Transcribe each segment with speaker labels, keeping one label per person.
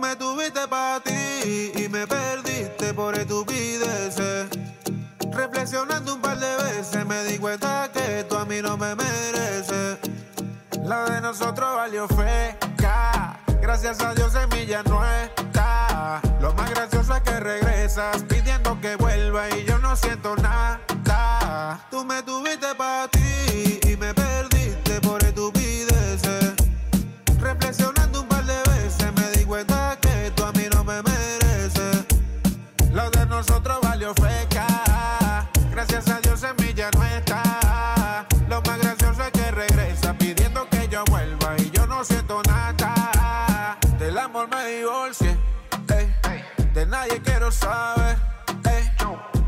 Speaker 1: me tuviste para ti y me perdiste por estupideces. Reflexionando un par de veces me di cuenta que tú a mí no me mereces. La de nosotros valió feca. Gracias a Dios semilla no está. Lo más gracioso es que regresas pidiendo que vuelva y yo no siento nada. Tú me tuviste para ti y me perdiste por estupideces. Reflexionando un par de veces me di cuenta que tú a mí no me mereces. Lo de nosotros valió feca. Gracias a Dios semilla no está. Lo más gracioso es que regresa pidiendo que yo vuelva y yo no siento nada. Del amor me divorcié, ey. de nadie quiero saber. ey.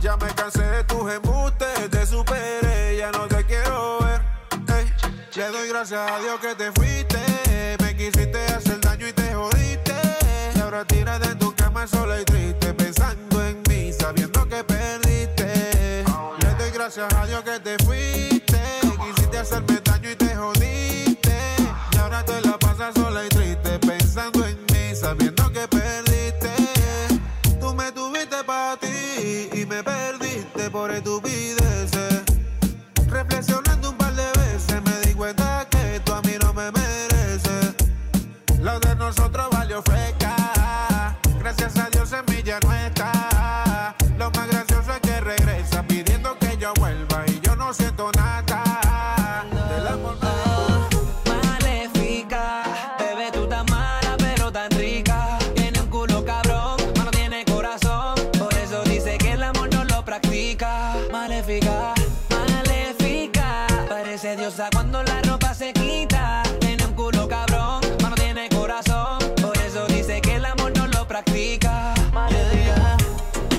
Speaker 1: Ya me cansé de tus embustes, te superé, ya no te quiero ver. eh. ey. Le doy gracias a Dios que te fuiste, me quisiste hacer daño y te jodiste. Y ahora tiras de tu cama sola y triste, pensando en mí, sabiendo que perdiste. Le doy gracias a Dios que te fuiste, quisiste hacerme daño y te jodiste. Y ahora te la pasas sola y triste, pensando en mí, sabiendo que perdiste. Tú me tuviste para ti y me perdiste por estupideces. Reflexionando un par de veces me di cuenta que tú a mí no me mereces. Lo de nosotros valió feca. Gracias a Dios semilla no está. Lo más gracioso es que regresa pidiendo que yo vuelva y yo no siento nada. Del amor me
Speaker 2: Maléfica, bebé, tú tan mala, pero tan rica. Tiene un culo cabrón, mas no tiene corazón. Por eso dice que el amor no lo practica. Maléfica, maléfica. Parece diosa cuando la ropa se quita. Tiene un culo cabrón, mas no tiene corazón. Por eso dice que el amor no lo practica.
Speaker 3: Yeah,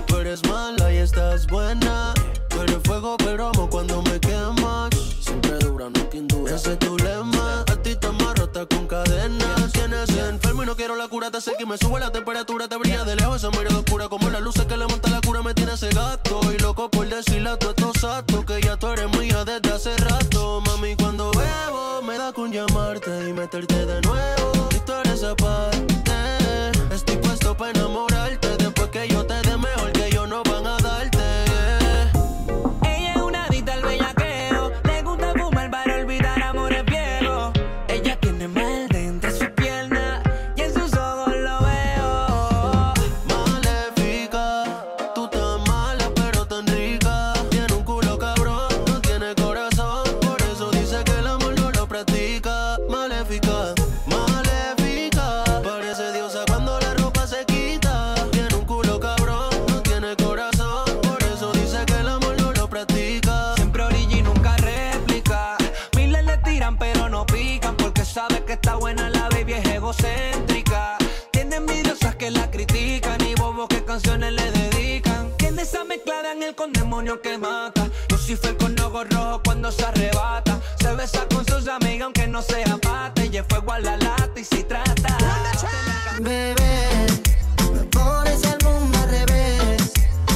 Speaker 3: Tú eres mala y estás buena. Tú eres fuego que amo cuando me quemas. Siempre dura, no tiene duda. Ese es tu lema. A ti te amarro hasta con cadenas. Tienes enfermo y no quiero la cura. Te sé que me sube la temperatura. Te brilla de lejos esa mirada oscura. Como las luces que le monta la cura me tiene ese gato. Y loco por decirle a todos estos actos que ya tú eres mía desde hace rato. Mami, cuando bebo me da con llamarte y meterte de nuevo. Y tú eres aparte. Estoy puesto para enamorarte. Después que yo te dé mejor que yo no van a darte. yeah.
Speaker 2: Ella es una adicta al bellaqueo. Le gusta fumar para olvidar amores viejos. Ella tiene mal de entre sus piernas y en sus ojos lo veo.
Speaker 3: Maléfica, tú tan mala pero tan rica. Tiene un culo cabrón, no tiene corazón. Por eso dice que el amor no lo practica. Maléfica, maléfica. Parece diosa cuando la ropa se quita. Tiene un culo cabrón, no tiene corazón. Por eso dice que el amor no lo practica.
Speaker 2: Siempre orilla y nunca réplica. Miles le tiran pero no pican porque sabe que está buena la baby es egocéntrica. Tiene envidiosas que la critican y bobos que canciones le dedican. Tiene esa mezclada en el condemonio que mata. Lucifer con ojos rojos cuando se arrebata. Se besa con sus amigas aunque no sea pata. Y es fuego a la lata y si trata.
Speaker 4: Bebé, me pones el mundo al revés.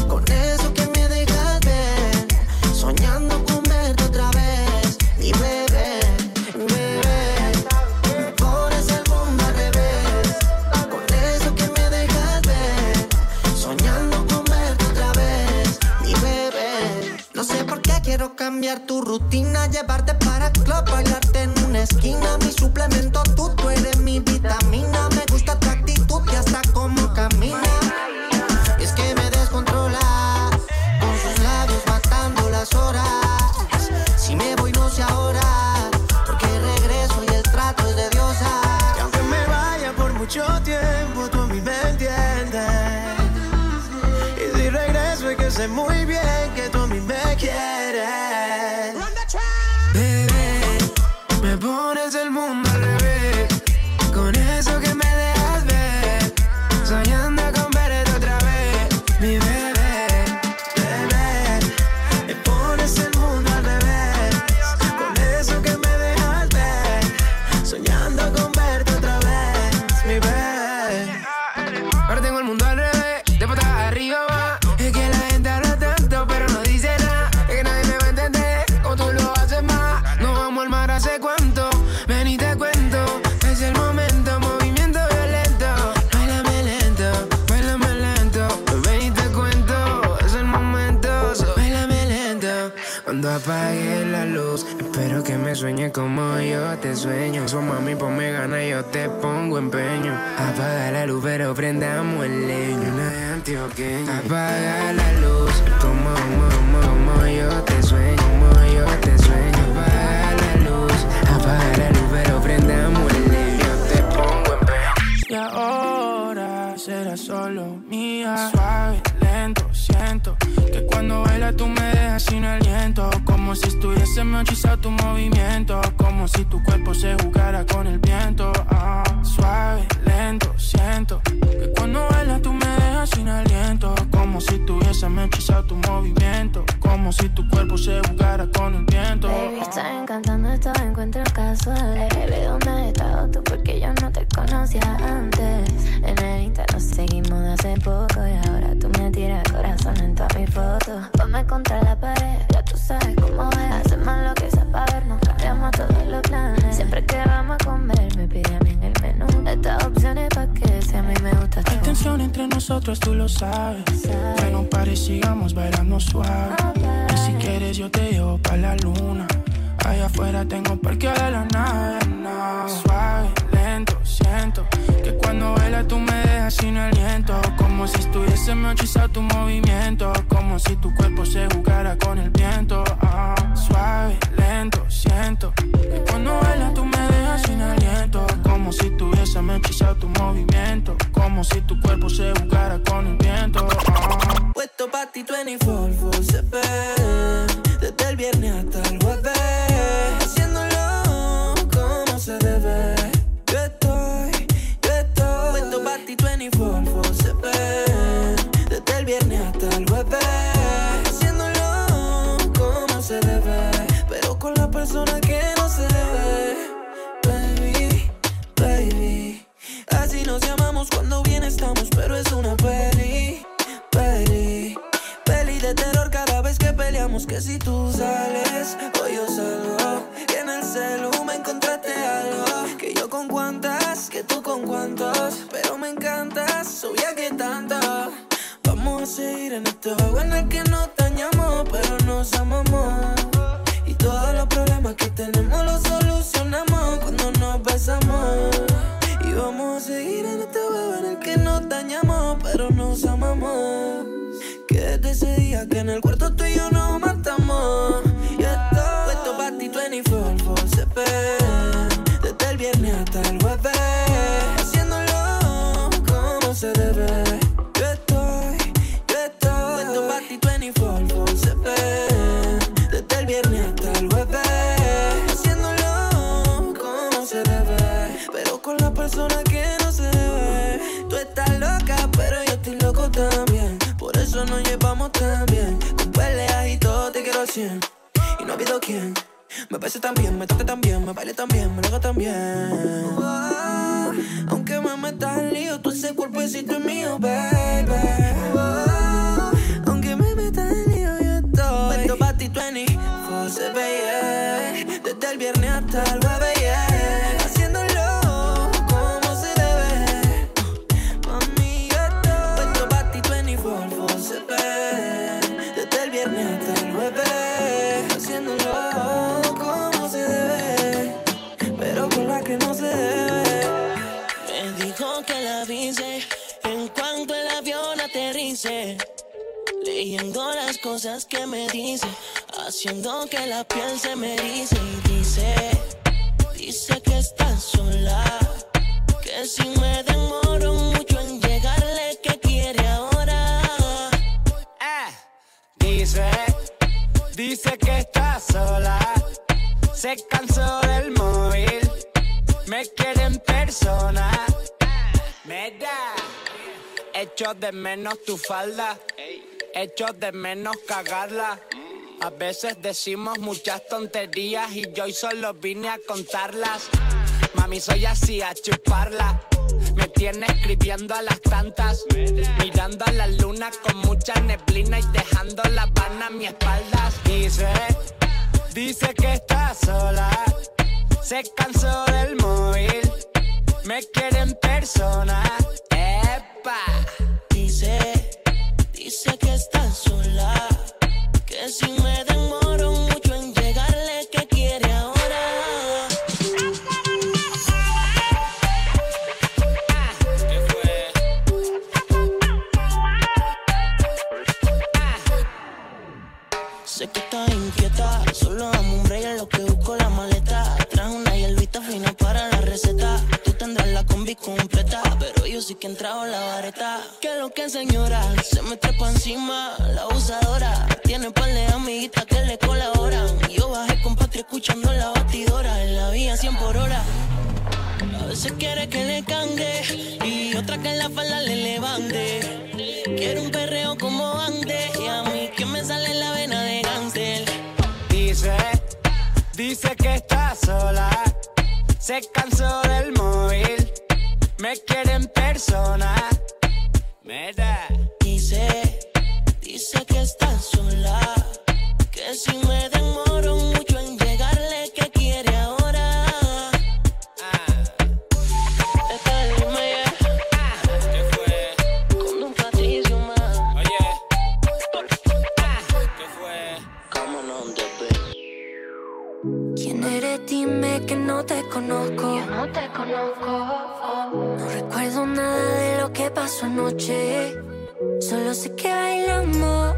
Speaker 4: Con eso que me dejas ver, soñando con verte otra vez. Y bebé, bebé, me pones el mundo al revés. Con eso que me dejas ver, soñando con verte otra vez. Y bebé, no sé por qué quiero cambiar tu rutina, llevarte para el club, bailarte en una esquina. Mi suplemento tú, tú eres mi vitamina. Me gusta tu actitud y hasta cómo camina. Y es que me descontrola, con sus labios matando las horas. Si me voy, no sé ahora, porque regreso y el trato es de diosa.
Speaker 5: Y aunque me vaya por mucho tiempo, tú a mí me entiendes. Y si regreso es que sé muy bien que tú a mí me quieres. Bebé, me pones el mundo al revés. Con eso que me dejas ver, soñando con verte otra vez. Mi bebé, bebé, me pones el mundo al revés. Con eso que me dejas ver, soñando con verte otra vez. Mi bebé. Ahora tengo el mundo al revés, de patas arriba va. Es que la gente habla tanto, pero no dice nada. Es que nadie me va a entender. Cuando apague la luz, espero que me sueñe como yo te sueño. So mami, ponme gana y yo te pongo empeño. Apaga la luz, pero prendamos el leño. Una de antioqueña. Apaga la luz, como, como, como yo te sueño. Como yo te sueño. Apaga la luz, apaga la luz, pero prendamos el leño. Yo te pongo empeño.
Speaker 6: Y ahora será solo mía. Suave, lento, siento que cuando baila tú me dejas sin aliento. Como si estuviese machizado tu movimiento. Como si tu cuerpo se jugara con el viento. Ah, suave, lento, siento que cuando baila tú me dejas sin aliento. Como si estuviese hechizado tu movimiento. Como si tu cuerpo se jugara con el viento.
Speaker 7: Baby, estoy encantando estos encuentros casuales. Baby, ¿dónde has estado tú? Porque yo no te conocía antes. En el Insta nos seguimos de hace poco y ahora tú me tiras corazón en todas mis fotos. Ponme contra la pared, ya tú sabes cómo es. Hacemos lo que sea para vernos, cambiamos todos los planes. Siempre que vamos a comer, me pide a mí en el menú. Estas opciones para que si a mí me gusta
Speaker 6: Hay tensión entre nosotros, tú lo sabes. Que no pare, sigamos bailando suave. Y si quieres, yo te llevo pa' la luna. Allá afuera tengo parqueada la nave. no. Suave, lento, siento. Que cuando baila tú me dejas sin aliento. Como si estuviese hechizado tu movimiento. Como si tu cuerpo se jugara con el viento. Ah, suave, lento, siento. Que cuando baila tú me dejas sin aliento. Como si tuviese hechizado tu movimiento. Como si tu cuerpo se jugara con el viento. Ah.
Speaker 8: Puesto pa' ti 24 full CP Desde el viernes hasta el jueves Haciéndolo como se debe Yo estoy, yo estoy Puesto pa' ti 24 full CP Desde el viernes hasta el jueves Haciéndolo como se debe Pero con la persona que no se debe Baby, baby Así nos llamamos cuando bien estamos Pero es una peli peli, peli de terror cada vez que peleamos. Que si tú sales o yo salgo, que en el celu me encontraste algo. Que yo con cuantas, que tú con cuantos, pero me encantas, subía que tanto. Vamos a seguir en este juego en el que nos dañamos, pero nos amamos. Y todos los problemas que tenemos los solucionamos cuando nos besamos. Y vamos a seguir en este juego en el que nos dañamos, pero nos amamos. Que desde ese día que en el cuarto tú y yo nos matamos. Y esto, puesto para ti 24 full CP. Desde el viernes hasta el jueves. Haciéndolo como se debe. Yo estoy, yo estoy. Puesto para ti 24 full CP. Desde el viernes hasta el jueves. Haciéndolo como se debe. Pero con la persona que no se ve. Tú estás loca, pero yo estoy loco también. Por eso nos llevamos tan bien. Con peleas y todo te quiero al 100. Y no ha habido quien me pese tan bien, me toque tan bien, me baile tan bien, me lo haga tan bien. Oh, aunque me metas en lío, tú ese cuerpecito es mío, baby. Oh, aunque me metas en lío, yo estoy. Puesto pa' ti 24 se veía. Desde el viernes hasta el jueves, yeah. Haciéndolo como se debe. Mami, yo estoy. Puesto pa' ti 24 se ve. Desde el viernes hasta el jueves. Haciéndolo como se debe. Pero con la que no se debe.
Speaker 9: Me dijo que la avise en cuanto el avión aterrice. Leyendo las cosas que me dice, haciendo que la piel se me dice y dice, dice que está sola, que si me demoro mucho en llegarle que quiere ahora.
Speaker 10: Dice, dice que está sola. Se cansó del móvil. Me quiere en persona. Me da. Echo de menos tu falda. Echo de menos cagarla. A veces decimos muchas tonterías y yo hoy solo vine a contarlas. Mami, soy así a chuparla. Me tiene escribiendo a las tantas. Mirando a la luna con mucha neblina y dejando la vana a mi espalda. Dice, dice que está sola. Se cansó del móvil. Me quiere en persona. ¡Epa!
Speaker 9: Dice, dice que está sola, que si me demoro un Sé que estás inquieta, solo dame un break en lo que busco la maleta. Traje una hierbita fina para la receta. Tú tendrás la combi completa, pero yo sí que he entrado en la vareta. Que lo que señora, se me trepa encima la abusadora. Tiene par de amiguitas que le colaboran. Yo bajé con Patria escuchando la batidora en la vía 100 por hora. A veces quiere que le cangue y otra que en la falda le levante. Quiero un perreo como antes y a mí que me sale la vena de Gansel.
Speaker 10: Dice, dice que está sola. Se cansó del móvil. Me quiere en persona.
Speaker 5: em-
Speaker 10: Me da.
Speaker 9: Dice, dice que está sola. Que si me demoro mucho en llegarle, que quiere ahora.
Speaker 10: Ah.
Speaker 9: Esta es la mía. Con un Patricio más.
Speaker 11: ¿Quién eres? Dime que no te conozco. Yo no te conozco. No recuerdo nada de lo que pasó anoche. Solo sé que bailamos,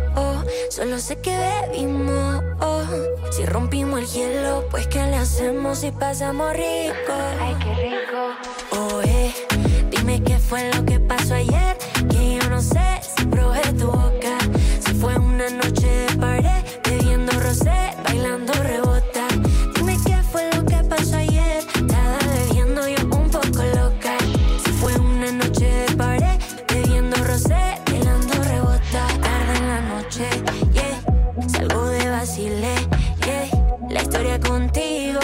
Speaker 11: solo sé que bebimos. Si rompimos el hielo, pues ¿qué le hacemos si pasamos rico? Ay, qué rico. Oye, dime qué fue lo que pasó ayer. Que yo no sé si probé tu boca. Si fue una noche de pared, bebiendo rosé, bailando rebota. Dime qué fue lo que pasó ayer. Estaba bebiendo yo un poco loca. Si fue una noche de pared, bebiendo rosé, bailando rebota. Tarde en la noche, yeah. Salgo de vacile, yeah. La historia contigo,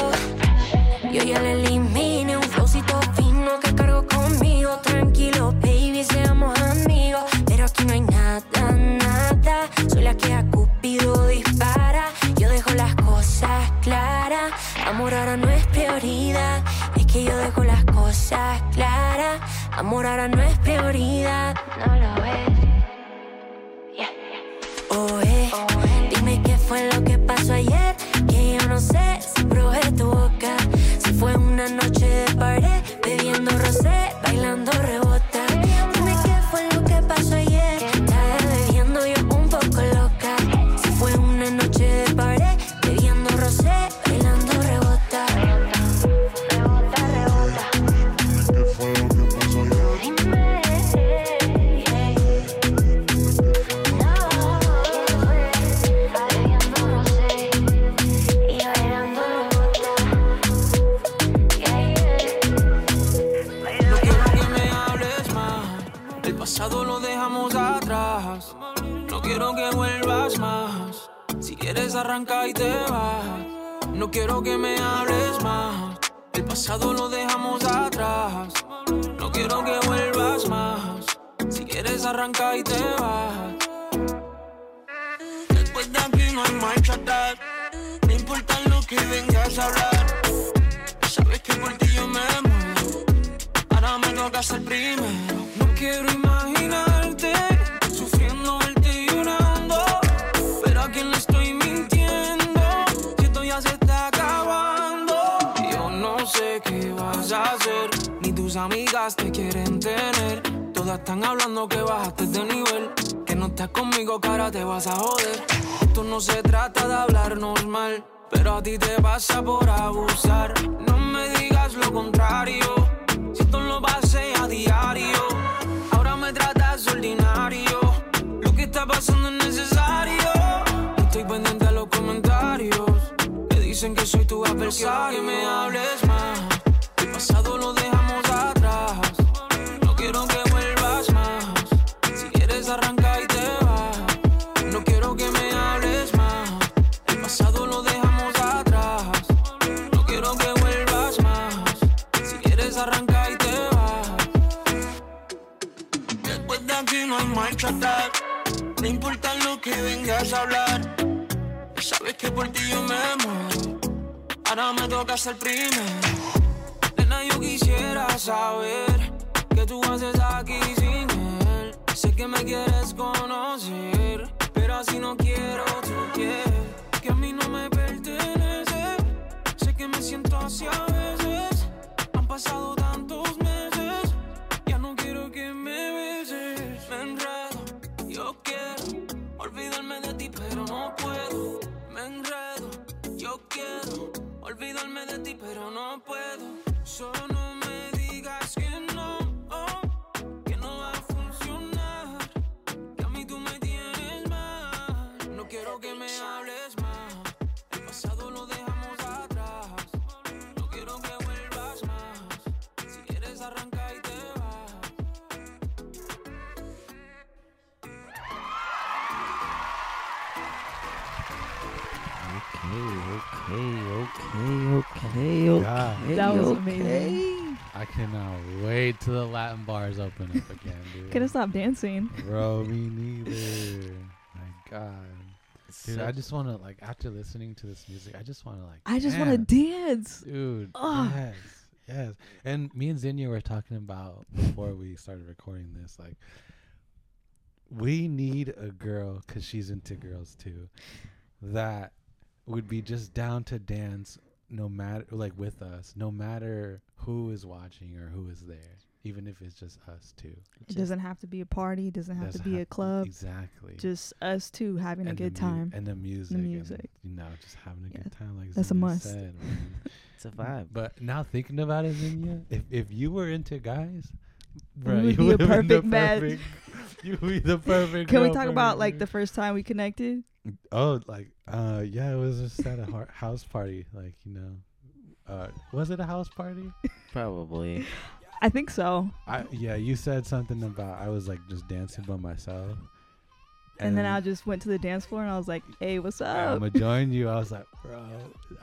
Speaker 11: yo ya la eliminé. Un flowcito fino que cargo conmigo. Tranquilo, baby, seamos amigos. Pero aquí no hay nada, nada. Soy la que a Cupido dispara. Yo dejo las cosas claras. Amor ahora no es prioridad. Es que yo dejo las cosas claras. Amor ahora no es prioridad. No lo es. Oe, dime qué fue lo que pasó ayer. Que yo no sé si probé tu boca. Si fue una noche de pared, bebiendo rosé, bailando rebota. Dime qué fue lo que pasó ayer. Estaba bebiendo yo un poco loca. Si fue una noche de pared, bebiendo rosé, bailando rebota. Rebota, rebota. Dime qué fue lo que pasó ayer.
Speaker 12: No quiero que me hables más. El pasado lo dejamos atrás. No quiero que vuelvas más. Si quieres arranca y te vas. No quiero que me hables más. El pasado lo dejamos atrás. No quiero que vuelvas más. Si quieres arranca y te vas.
Speaker 13: Después de aquí no hay marcha atrás. No importa lo que vengas a hablar. Sabes que por ti yo me muero. Ahora me toca ser primero.
Speaker 12: No quiero imaginarte sufriendo verte llorando. Pero a quien le estoy mintiendo, si esto ya se está acabando. Yo no sé qué vas a hacer, ni tus amigas te quieren tener. Todas están hablando que bajaste de nivel, que no estás conmigo, que ahora te vas a joder. Esto no se trata de hablarnos mal, pero a ti te pasa por abusar. No me digas lo contrario. Si esto lo pasé a diario, ahora me tratas de ordinario. Lo que está pasando es necesario. No Estoy pendiente a los comentarios. Te dicen que soy tu adversario. No quiero que me hables más. El pasado lo dejamos atrás. No quiero que vuelvas más. Si quieres arranca y te vas. No quiero que me hables más. El pasado lo dejamos atrás. No quiero que vuelvas más. Si quieres arranca y te vas.
Speaker 13: Después de aquí no hay marcha atrás. No importa lo que vengas a hablar. Sabes que por ti yo me muero. Ahora me toca ser primero.
Speaker 12: Nena, yo quisiera saber qué tú haces aquí sin él. Sé que me quieres conocer, pero así no quiero tu piel, que a mí no me pertenece. Sé que me siento así a veces. Han pasado tantos meses, ya no quiero que me beses. Me enredo, yo quiero olvidarme de ti, pero no puedo.
Speaker 13: enredo. Yo quiero olvidarme de ti, pero no puedo. Solo no me digas que no, oh, que no va a funcionar. Que a mí tú me tienes mal. No quiero que me hables más. El pasado lo dejamos atrás. No quiero que vuelvas más. Si quieres arranca y te vas.
Speaker 14: Okay, okay,
Speaker 15: God.
Speaker 14: okay.
Speaker 16: That was
Speaker 14: okay.
Speaker 16: amazing.
Speaker 15: I cannot wait till the Latin bars open up again, dude.
Speaker 16: Could have stopped dancing.
Speaker 15: Bro, me neither. My God. Dude,
Speaker 14: So-
Speaker 15: I just want to, like, after listening to this music, I just want to, like,
Speaker 16: I just want to dance.
Speaker 15: dance. Dude,
Speaker 16: Ugh.
Speaker 15: yes, yes. And me and Zinnia were talking about before we started recording this, like, we need a girl because she's into girls too, that would be just down to dance no matter like with us, no matter who is watching or who is there, even if it's just us two.
Speaker 16: It doesn't have to be a party. It doesn't have to
Speaker 15: Doesn't
Speaker 16: be a
Speaker 15: have-
Speaker 16: club.
Speaker 15: exactly.
Speaker 16: Just us two having
Speaker 15: And
Speaker 16: a
Speaker 15: the
Speaker 16: good
Speaker 15: mu-
Speaker 16: time.
Speaker 15: and the music
Speaker 16: The
Speaker 15: and-
Speaker 16: music.
Speaker 15: You know, just having a good time, like
Speaker 16: That's a
Speaker 15: Zinnia
Speaker 16: must.
Speaker 15: said, man.
Speaker 14: It's a vibe.
Speaker 15: But now thinking about it, Zinia, if if you were into guys,
Speaker 16: We
Speaker 15: bro,
Speaker 16: would
Speaker 15: you
Speaker 16: be a
Speaker 15: would have been the
Speaker 16: perfect match.
Speaker 15: perfect. You would be the perfect.
Speaker 16: Can we
Speaker 15: girl
Speaker 16: talk
Speaker 15: for
Speaker 16: about
Speaker 15: me,
Speaker 16: like
Speaker 15: dude.
Speaker 16: the first time we connected?
Speaker 15: Oh, like uh, yeah, it was just at a har- house party, like you know. Uh, was it a house party?
Speaker 14: Probably.
Speaker 16: I think so.
Speaker 15: I yeah, you said something about I was like just dancing by myself.
Speaker 16: And, then I just went to the dance floor and I was like, "Hey, what's
Speaker 15: I'm
Speaker 16: up?"
Speaker 15: gonna join you. I was like, bro,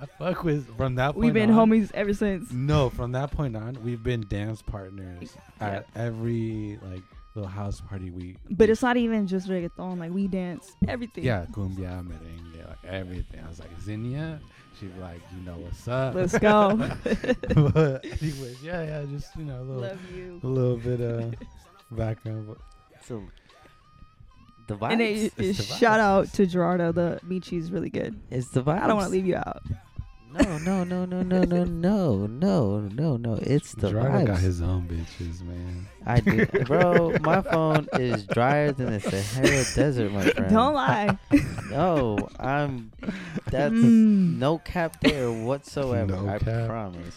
Speaker 15: I fuck with from that. point
Speaker 16: We've been
Speaker 15: on-
Speaker 16: homies ever since.
Speaker 15: No, from that point on, we've been dance partners at every like little house party we.
Speaker 16: But it's not even just reggaeton. Like we dance everything.
Speaker 15: Yeah, cumbia, merengue, like everything. I was like, Zinnia, she'd be like, you know what's up.
Speaker 16: Let's go.
Speaker 15: but anyways, yeah, yeah, just you know, a little,
Speaker 16: Love you.
Speaker 15: a little bit of background. vo-
Speaker 14: So the vibe.
Speaker 16: And it,
Speaker 14: it's
Speaker 16: it-
Speaker 14: the
Speaker 16: shout out to Gerardo. The Michi is really good.
Speaker 14: It's the vibe.
Speaker 16: I don't want to leave you out.
Speaker 14: No, no, no, no, no, no, no, no, no, no. It's the
Speaker 15: Gerardo got
Speaker 14: vibes.
Speaker 15: his own bitches, man.
Speaker 14: I do, bro. My phone is drier than the Sahara Desert, my friend.
Speaker 16: Don't lie.
Speaker 14: No, I'm. That's
Speaker 16: Mm.
Speaker 14: no cap there whatsoever.
Speaker 15: No
Speaker 14: I
Speaker 15: cap.
Speaker 14: promise.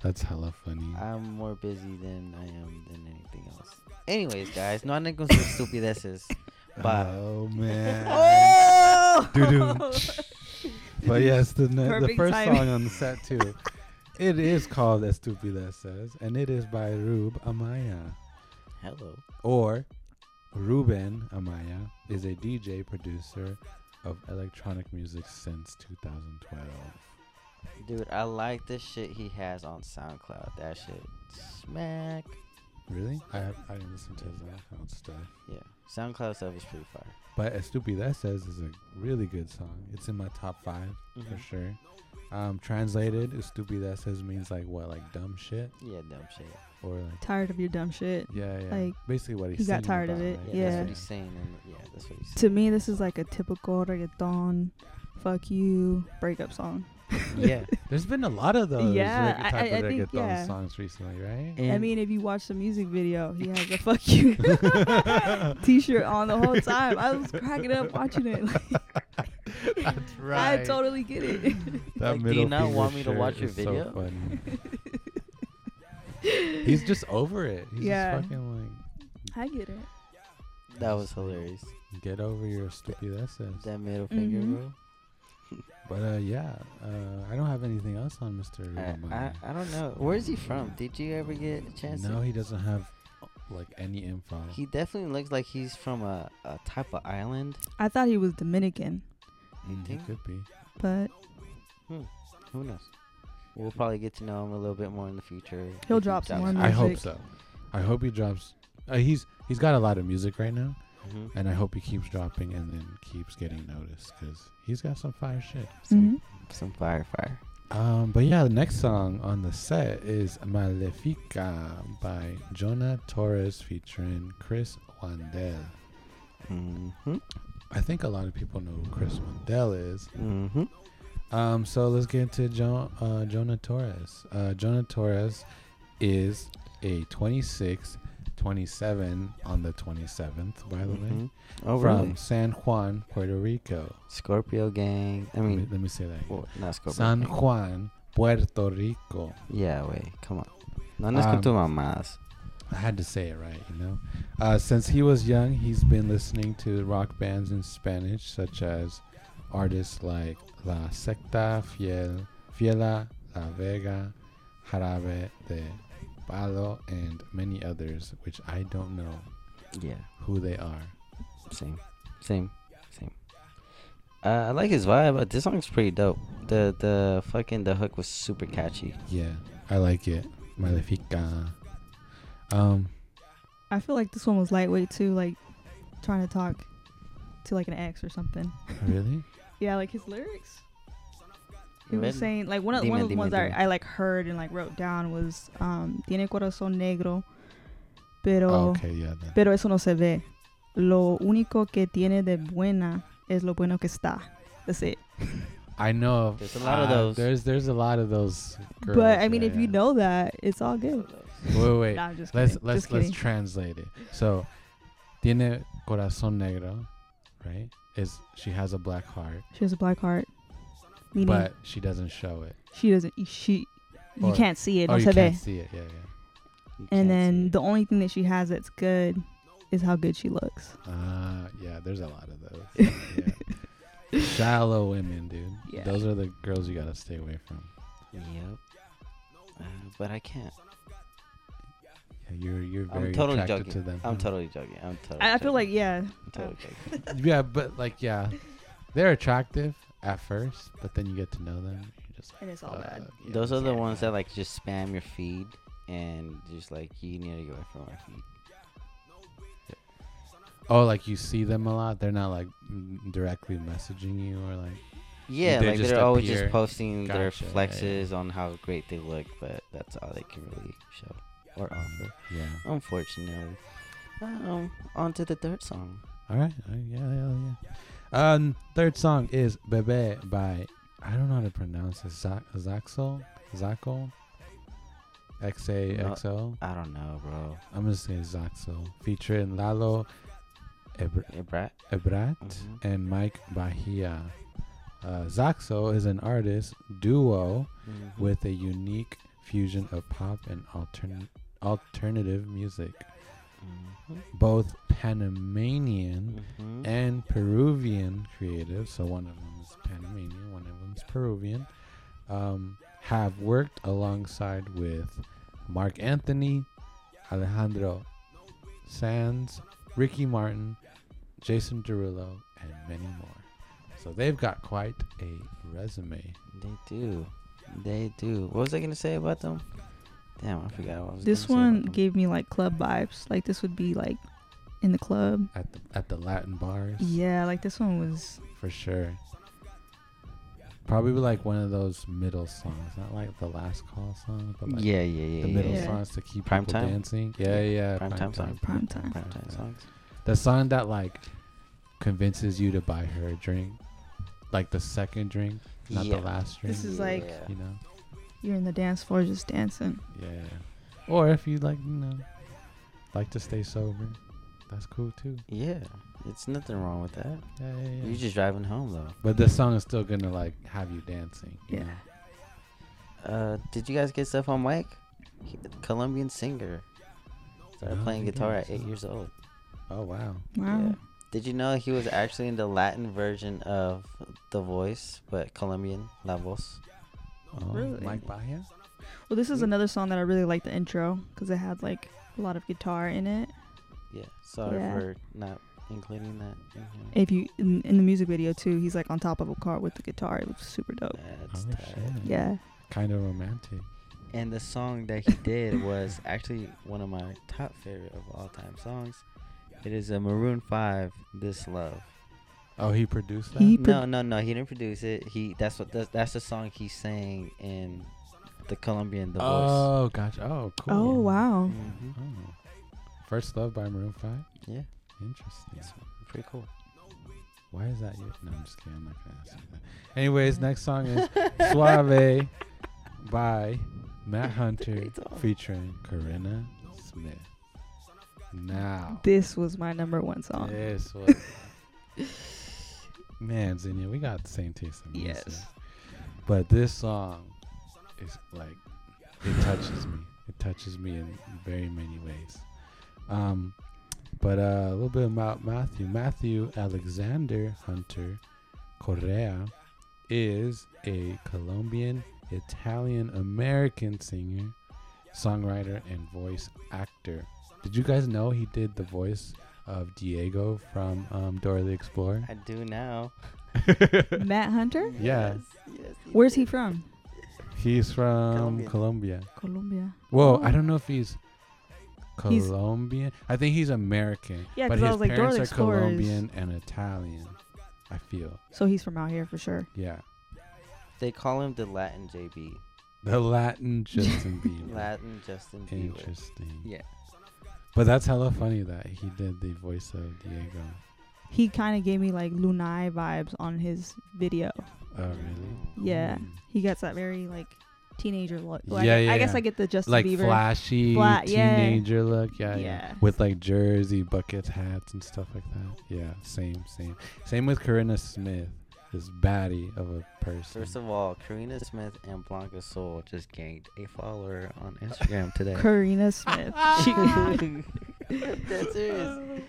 Speaker 15: That's hella funny.
Speaker 14: I'm more busy than I am than anything else. Anyways, guys, no anden con sus estupideces. Bye.
Speaker 15: Oh man.
Speaker 16: Oh!
Speaker 15: but yes, the ne- the
Speaker 16: Perfect
Speaker 15: first
Speaker 16: timing.
Speaker 15: song on the set too. It is called Estupideces, and it is by Rube Amaya.
Speaker 14: Hello.
Speaker 15: or Ruben Amaya is a DJ producer of electronic music since 2012.
Speaker 14: Dude, I like the shit he has on SoundCloud. That shit smack.
Speaker 15: Really? I have, I didn't listen to his account stuff.
Speaker 14: Yeah, SoundCloud stuff is pretty fire.
Speaker 15: But Estupideces is a really good song. It's in my top 5 for
Speaker 14: Mhm.
Speaker 15: sure. Um, translated, Estupideces means like what, like dumb shit,
Speaker 14: Yeah, dumb shit.
Speaker 15: or like
Speaker 16: Tired of your dumb shit.
Speaker 15: yeah, yeah.
Speaker 16: Like,
Speaker 15: Basically, what he's
Speaker 16: he got
Speaker 15: singing
Speaker 16: tired of
Speaker 15: about,
Speaker 16: it,
Speaker 15: right?
Speaker 14: Yeah, that's
Speaker 16: Yeah.
Speaker 14: what he's saying. And yeah, that's what he's saying.
Speaker 16: To me, this is like a typical reggaeton, fuck you, breakup song.
Speaker 14: yeah,
Speaker 15: There's been a lot of those
Speaker 16: Yeah,
Speaker 15: regga-
Speaker 16: I-
Speaker 15: type
Speaker 16: I-
Speaker 15: of
Speaker 16: I think,
Speaker 15: reggaeton
Speaker 16: yeah.
Speaker 15: songs recently, right?
Speaker 16: I
Speaker 14: and-
Speaker 16: mean, if you watch the music video, he has a fuck you t-shirt on the whole time. I was cracking up watching it. Like,
Speaker 15: That's
Speaker 16: I
Speaker 15: right.
Speaker 16: totally get it.
Speaker 15: That
Speaker 14: Like, do you
Speaker 15: middle
Speaker 14: not
Speaker 15: finger
Speaker 14: want me to
Speaker 15: shirt
Speaker 14: watch your
Speaker 15: is so
Speaker 14: video?
Speaker 15: funny. He's just over it. He's
Speaker 16: Yeah.
Speaker 15: just fucking
Speaker 16: I get it.
Speaker 14: that was hilarious.
Speaker 15: like, get over your stupid asses.
Speaker 14: That middle finger,
Speaker 16: Mhm.
Speaker 14: bro.
Speaker 15: But uh, yeah, uh, I don't have anything else on Mr.
Speaker 14: I, I,
Speaker 15: Romano.
Speaker 14: I don't know. Where is he from? Did you ever get a chance?
Speaker 15: No,
Speaker 14: to?
Speaker 15: he doesn't have like any info.
Speaker 14: He definitely looks like he's from a, a type of island.
Speaker 16: I thought he was Dominican,
Speaker 15: Mm, he
Speaker 14: think? Hmm,
Speaker 15: could be.
Speaker 16: but
Speaker 14: Who knows? We'll probably get to know him a little bit more in the future.
Speaker 16: He'll
Speaker 14: if he
Speaker 16: drop some
Speaker 14: drops-
Speaker 16: more
Speaker 15: I hope
Speaker 16: Music.
Speaker 15: so. I hope he drops. Uh, he's he's got a lot of music right now,
Speaker 14: Mhm.
Speaker 15: and I hope he keeps dropping and then keeps getting noticed because he's got some fire shit.
Speaker 16: mhm.
Speaker 14: Some fire, fire.
Speaker 15: Um, but yeah, the next song on the set is Malefica by Jonah Torres featuring Chris Wandel.
Speaker 14: Mm-hmm.
Speaker 15: I think a lot of people know who Chris Wandel is.
Speaker 14: Mm-hmm.
Speaker 15: Um, so let's get into jo- uh, Jonah Torres. Uh, Jonah Torres is a 26 27 on the 27th, by the way.
Speaker 14: Mhm. Oh,
Speaker 15: from
Speaker 14: really?
Speaker 15: San Juan, Puerto Rico.
Speaker 14: Scorpio gang. I mean,
Speaker 15: let me say that.
Speaker 14: Well, not Scorpio.
Speaker 15: San
Speaker 14: gang.
Speaker 15: Juan, Puerto Rico.
Speaker 14: Yeah, wait, come on. No andes con
Speaker 15: Um,
Speaker 14: tu mamás.
Speaker 15: I had to say it right, you know. Uh, since he was young, he's been listening to rock bands in Spanish, such as artists like La Secta, Fiel, Fiela, La Vega, Jarabe de Palo, and many others, which I don't know
Speaker 14: Yeah.
Speaker 15: who they are.
Speaker 14: Same, same, same. Uh, I like his vibe. Uh, This song's pretty dope. The the fucking the hook was super catchy.
Speaker 15: Yeah, I like it. Malefica. Um,
Speaker 16: I feel like this one was lightweight too, like trying to talk to like an ex or something.
Speaker 15: really?
Speaker 16: Yeah, like his lyrics. He was
Speaker 14: Ven-
Speaker 16: saying like one of
Speaker 14: dime,
Speaker 16: one of the
Speaker 14: dime,
Speaker 16: ones that
Speaker 14: dime.
Speaker 16: I, I like heard and like wrote down was um Tiene corazón negro, pero
Speaker 15: Ah, Okay, yeah, then.
Speaker 16: pero eso no se ve. Lo único que tiene de buena es lo bueno que está. That's it.
Speaker 15: I know of-
Speaker 14: There's a lot of
Speaker 15: uh,
Speaker 14: those.
Speaker 15: There's there's a lot of those. Girls,
Speaker 16: but I mean,
Speaker 15: yeah,
Speaker 16: if
Speaker 15: yeah.
Speaker 16: you know that, it's all good.
Speaker 15: Wait, wait.
Speaker 16: Nah, I'm just
Speaker 15: let's
Speaker 16: kidding.
Speaker 15: let's
Speaker 16: Just
Speaker 15: let's
Speaker 16: kidding.
Speaker 15: translate it. So, tiene corazón negro, right? Is she has a black heart,
Speaker 16: She has a black heart, meaning
Speaker 15: but she doesn't show it.
Speaker 16: she doesn't. She you
Speaker 15: Or-
Speaker 16: can't see it.
Speaker 15: Oh,
Speaker 16: no
Speaker 15: you
Speaker 16: se ve. Eh.
Speaker 15: can't see it. Yeah, yeah.
Speaker 16: and then the only thing that she has that's good is how good she looks.
Speaker 15: Ah, yeah. There's a lot of those. yeah. Shallow women, dude.
Speaker 14: Yeah.
Speaker 15: Those are the girls you gotta stay away from.
Speaker 14: Yep. Uh, but I can't.
Speaker 15: Yeah, you're you're very
Speaker 14: I'm totally
Speaker 15: attracted
Speaker 14: joking.
Speaker 15: to them.
Speaker 14: I'm
Speaker 15: huh?
Speaker 14: totally joking. I'm totally.
Speaker 16: I, I
Speaker 14: joking.
Speaker 16: feel like yeah. Oh.
Speaker 14: I'm totally joking.
Speaker 15: yeah, but like, yeah, they're attractive at first, but then you get to know them. and You're just like,
Speaker 16: And it's
Speaker 14: Uh,
Speaker 16: all bad.
Speaker 15: yeah,
Speaker 14: Those are the ones that like just spam your feed and just like you need to get away from my feed.
Speaker 15: Oh, like you see them a lot. They're not like m- directly messaging you or like.
Speaker 14: Yeah,
Speaker 15: they
Speaker 14: like
Speaker 15: just
Speaker 14: they're always just
Speaker 15: appear.
Speaker 14: posting their
Speaker 15: Gotcha, yeah,
Speaker 14: flexes on how great they look, but that's all they can really show or offer.
Speaker 15: Yeah.
Speaker 14: Unfortunately. Um, on to the third song.
Speaker 15: All right. Uh, yeah, yeah, yeah. Um, third song is "Bebe" by I don't know how to pronounce it. Za- Zaxel, Zaxel, X A X O.
Speaker 14: I don't know, bro.
Speaker 15: I'm gonna say Zaxel, featuring Lalo Ebr-
Speaker 14: Ebrat, Mm-hmm.
Speaker 15: Ebrat and Mike Bahia. Uh, Zaxo is an artist duo
Speaker 14: Mhm.
Speaker 15: with a unique fusion of pop and altern- alternative music.
Speaker 14: Mm-hmm.
Speaker 15: Both Panamanian
Speaker 14: Mhm.
Speaker 15: and Peruvian creatives, so one of them is Panamanian, one of them is Peruvian, um, have worked alongside with Mark Anthony, Alejandro Sands, Ricky Martin, Jason Derulo, and many more. So they've got quite a resume.
Speaker 14: They do. They do. What was I gonna say about them? Damn, I forgot what I was
Speaker 16: This
Speaker 14: gonna say about
Speaker 16: one gave me like club vibes. Like this would be like in the club.
Speaker 15: at the at the Latin bars
Speaker 16: Yeah, like this one was
Speaker 15: for sure. Probably like one of those middle songs, not like the last call song, but like
Speaker 14: Yeah, yeah, yeah,
Speaker 15: the middle
Speaker 14: yeah.
Speaker 15: songs to keep
Speaker 14: Prime
Speaker 15: people
Speaker 14: time?
Speaker 15: dancing. Yeah, yeah,
Speaker 14: Prime time song.
Speaker 16: Prime time.
Speaker 14: Prime time songs.
Speaker 15: The song that like convinces you to buy her a drink, like the second drink, not
Speaker 14: Yeah.
Speaker 15: the last drink.
Speaker 16: This is like-
Speaker 14: Yeah.
Speaker 15: you know,
Speaker 16: you're in the dance floor just dancing.
Speaker 15: yeah. Or if you like, you know, like to stay sober, that's cool too.
Speaker 14: Yeah, it's nothing wrong with that.
Speaker 15: Yeah, yeah, yeah.
Speaker 14: You're just driving home though.
Speaker 15: But this song is still gonna like have you dancing. You
Speaker 16: Yeah.
Speaker 15: Know?
Speaker 14: Uh, did you guys get stuff on Mike? He- Colombian singer. Started
Speaker 15: No, I
Speaker 14: playing
Speaker 15: didn't.
Speaker 14: guitar at eight years old.
Speaker 15: Oh wow.
Speaker 16: Wow.
Speaker 14: Yeah. Did you know he was actually in the Latin version of The Voice, but Colombian, La Voz?
Speaker 15: Oh,
Speaker 16: Really?
Speaker 15: Mike Bahia.
Speaker 16: Well, this is another song that I really liked the intro because it had like a lot of guitar in it.
Speaker 14: Yeah. Sorry
Speaker 16: Yeah.
Speaker 14: for not including that in here.
Speaker 16: If you in, in the music video too, he's like on top of a car with the guitar. It was super dope.
Speaker 14: That's
Speaker 15: Oh,
Speaker 14: tight.
Speaker 15: shit.
Speaker 16: Yeah.
Speaker 15: Kind of romantic.
Speaker 14: And the song that he did was actually one of my top favorite of all time songs. It is a Maroon 5, This Love.
Speaker 15: Oh, he produced that.
Speaker 16: He-
Speaker 14: No, no, no. He didn't produce it. He that's what that's, that's the song he sang in the Colombian The Voice.
Speaker 15: oh, gotcha. Oh, cool.
Speaker 16: Oh wow.
Speaker 14: hmm
Speaker 15: Oh. First Love by Maroon 5?
Speaker 14: Yeah,
Speaker 15: Interesting.
Speaker 14: it's pretty cool.
Speaker 15: Why is that you? No, I'm just kidding. I'm not going to ask you that. Anyways, next song is Suave by Matt Hunter
Speaker 14: Great song.
Speaker 15: featuring Corinna Smith. now.
Speaker 16: This was my number one song.
Speaker 15: This was. Man, Xenia, we got the same taste in music.
Speaker 16: Yes.
Speaker 15: But this song is like, it touches me. It touches me in very many ways. Um, but uh, a little bit about Matthew. Matthew Alexander Hunter Correa is a Colombian Italian American singer, songwriter, and voice actor. Did you guys know he did the voice of Diego from um, Dora the Explorer?
Speaker 14: I do now.
Speaker 16: Matt Hunter?
Speaker 15: Yeah.
Speaker 16: Where's he from?
Speaker 15: He's from Colombia.
Speaker 16: Colombia. Oh.
Speaker 15: Well, I don't know if he's
Speaker 16: He's-
Speaker 15: Colombian. I think he's American.
Speaker 16: Yeah,
Speaker 15: but
Speaker 16: 'cause I
Speaker 15: his
Speaker 16: was like, Dora
Speaker 15: parents
Speaker 16: the
Speaker 15: are
Speaker 16: Explorer is-
Speaker 15: Colombian and Italian. I feel.
Speaker 16: So he's from out here for sure.
Speaker 15: Yeah.
Speaker 14: They call him the Latin JB.
Speaker 15: The Latin Justin Bieber.
Speaker 14: Latin Justin Bieber.
Speaker 15: Interesting.
Speaker 14: Yeah.
Speaker 15: But that's hella funny that he did the voice of Diego.
Speaker 16: He kind of gave me like Lunai vibes on his video.
Speaker 15: Oh, really?
Speaker 16: Yeah, he gets that very like teenager look. Well,
Speaker 15: yeah,
Speaker 16: I, gu-
Speaker 15: yeah.
Speaker 16: I guess
Speaker 15: yeah.
Speaker 16: I get the Justin
Speaker 15: like
Speaker 16: Bieber
Speaker 15: flashy
Speaker 16: Fla- yeah.
Speaker 15: teenager look. Yeah, yeah,
Speaker 16: Yeah.
Speaker 15: With like jersey, buckets, hats, and stuff like that. Yeah, same, same, same with Corinna Smith, this baddie of a person.
Speaker 14: First of all, Karina Smith and Blanca Soul just gained a follower on Instagram today.
Speaker 16: Karina Smith. She-
Speaker 14: That's serious.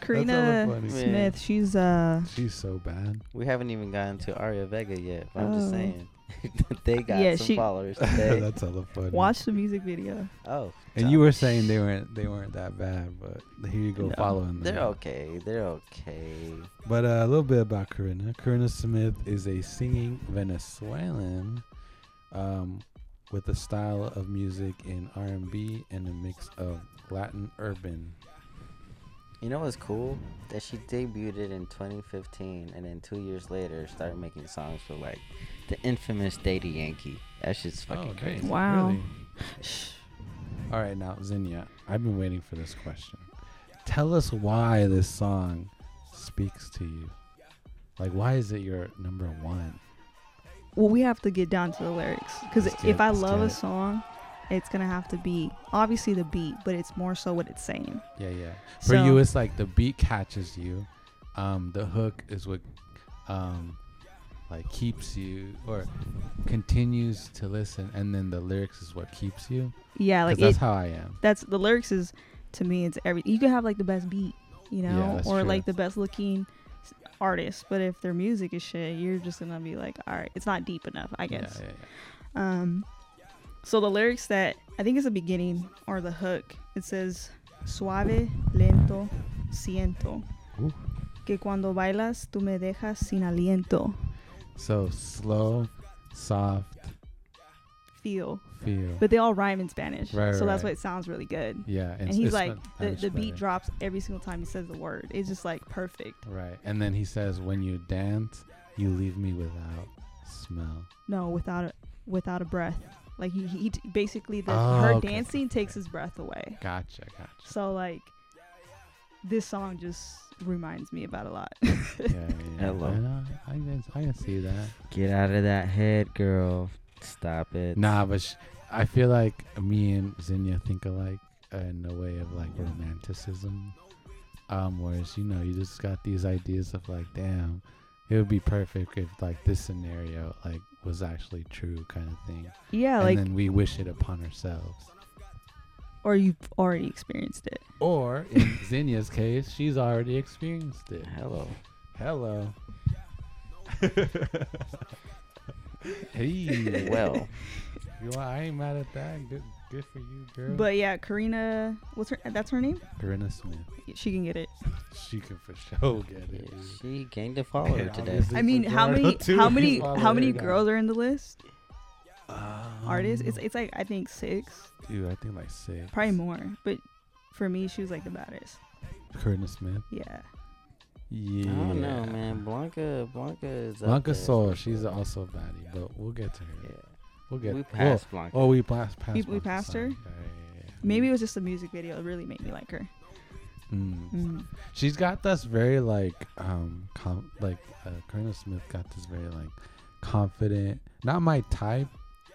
Speaker 16: Karina
Speaker 14: funny.
Speaker 16: Smith. She's uh.
Speaker 15: She's so bad.
Speaker 14: We haven't even gotten to Aria Vega yet. But I'm just
Speaker 16: Oh.
Speaker 14: saying, they got
Speaker 16: Yeah,
Speaker 14: some
Speaker 16: she-
Speaker 14: followers today.
Speaker 15: That's hella funny.
Speaker 16: Watch the music video.
Speaker 14: Oh,
Speaker 15: And you were saying they weren't they weren't that bad, but here you go
Speaker 14: No.
Speaker 15: following them.
Speaker 14: They're okay. They're okay.
Speaker 15: But uh, a little bit about Corinna. Corinna Smith is a singing Venezuelan um, with a style of music in R&B and a mix of Latin urban.
Speaker 14: You know what's cool? That she debuted in 2015, and then two years later, started making songs for like the infamous Daddy Yankee. That shit's fucking
Speaker 15: Oh, dang.
Speaker 14: crazy.
Speaker 16: Wow.
Speaker 15: Really? All right, now Zinnia, I've been waiting for this question. Tell us why this song speaks to you. Like, why is it your number one?
Speaker 16: Well, we have to get down to the lyrics because
Speaker 15: Let's do
Speaker 16: if
Speaker 15: it,
Speaker 16: I
Speaker 15: let's
Speaker 16: love
Speaker 15: do
Speaker 16: a
Speaker 15: it.
Speaker 16: song, it's gonna have to be obviously the beat, but it's more so what it's saying.
Speaker 15: Yeah, yeah. For
Speaker 16: So-
Speaker 15: you, it's like the beat catches you, um, the hook is what, um, like keeps you or continues to listen, and then the lyrics is what keeps you.
Speaker 16: Yeah, like
Speaker 15: 'Cause that's
Speaker 16: it-
Speaker 15: how I am.
Speaker 16: That's the lyrics is to me. It's every you could have like the best beat, you
Speaker 15: Yeah,
Speaker 16: know,
Speaker 15: that's
Speaker 16: or
Speaker 15: true.
Speaker 16: like the best looking s- artist, but if their music is shit, you're just gonna be like, all right, it's not deep enough, I
Speaker 15: Yeah,
Speaker 16: guess.
Speaker 15: yeah,
Speaker 16: Um, so the lyrics that I think is the beginning or the hook. It says, "Suave, lento, siento."
Speaker 15: Ooh.
Speaker 16: Que cuando bailas tú me dejas sin aliento.
Speaker 15: So slow, soft
Speaker 16: Feel.
Speaker 15: feel.
Speaker 16: But they all rhyme in Spanish.
Speaker 15: Right,
Speaker 16: so
Speaker 15: right,
Speaker 16: that's why
Speaker 15: right.
Speaker 16: it sounds really good.
Speaker 15: Yeah,
Speaker 16: And,
Speaker 15: and
Speaker 16: he's
Speaker 15: it's
Speaker 16: like,
Speaker 15: not-
Speaker 16: the,
Speaker 15: it's
Speaker 16: the beat
Speaker 15: better.
Speaker 16: drops every single time he says the word. It's just like perfect.
Speaker 15: Right. And then he says, when you dance, you leave me without smell.
Speaker 16: No, without a, without a breath. Like he, he t- basically the
Speaker 15: Oh,
Speaker 16: her
Speaker 15: okay,
Speaker 16: dancing takes his breath away.
Speaker 15: Gotcha, gotcha.
Speaker 16: So like this song just reminds me about a lot.
Speaker 15: Yeah, yeah.
Speaker 14: Hello.
Speaker 15: yeah. I, can, I can see that.
Speaker 14: Get out of that head, girl. Stop it.
Speaker 15: Nah, but sh- I feel like me and Zinnia think alike uh, in the way of like romanticism. Um, whereas you know you just got these ideas of like, damn, it would be perfect if like this scenario like was actually true, kind of thing.
Speaker 16: Yeah,
Speaker 15: and
Speaker 16: like-
Speaker 15: then we wish it upon ourselves.
Speaker 16: or you've already experienced it.
Speaker 15: Or in Zinnia's case, she's already experienced it.
Speaker 14: Hello.
Speaker 15: Hello. hey.
Speaker 14: Well.
Speaker 15: You know, I ain't mad at that. Good, good for you, girl.
Speaker 16: But yeah, Karina, what's her? That's her name.
Speaker 15: Corinna Smith.
Speaker 16: She can get it.
Speaker 15: She can for sure get it.
Speaker 14: She gained a follower
Speaker 15: Yeah,
Speaker 14: today.
Speaker 15: obviously
Speaker 16: I mean,
Speaker 15: for
Speaker 16: how
Speaker 15: Gerardo
Speaker 16: many,
Speaker 15: too,
Speaker 16: how
Speaker 15: he
Speaker 16: many,
Speaker 15: followed
Speaker 16: how many
Speaker 15: her down.
Speaker 16: girls are in the list? Artists,
Speaker 15: Um,
Speaker 16: it's it's like I think six,
Speaker 15: Dude, I think like six.
Speaker 16: probably more. But for me, she was like the baddest.
Speaker 15: Corinna Smith.
Speaker 16: Yeah,
Speaker 15: Yeah.
Speaker 14: I don't know, man. Blanca, Blanca is. up
Speaker 15: Blanca
Speaker 14: there.
Speaker 15: Soul, she's also a baddie, but we'll get to her.
Speaker 14: Yeah.
Speaker 15: We'll get
Speaker 14: We
Speaker 15: well,
Speaker 14: passed Blanca.
Speaker 15: Oh, we passed, passed
Speaker 16: we, we
Speaker 15: Blanca,
Speaker 16: passed her.
Speaker 15: sorry. Yeah, yeah, yeah.
Speaker 16: Maybe it was just the music video that really made me like her.
Speaker 15: Mm.
Speaker 16: Mm.
Speaker 15: She's got this very like um com- like uh, Corinna Smith got this very like confident, not my type,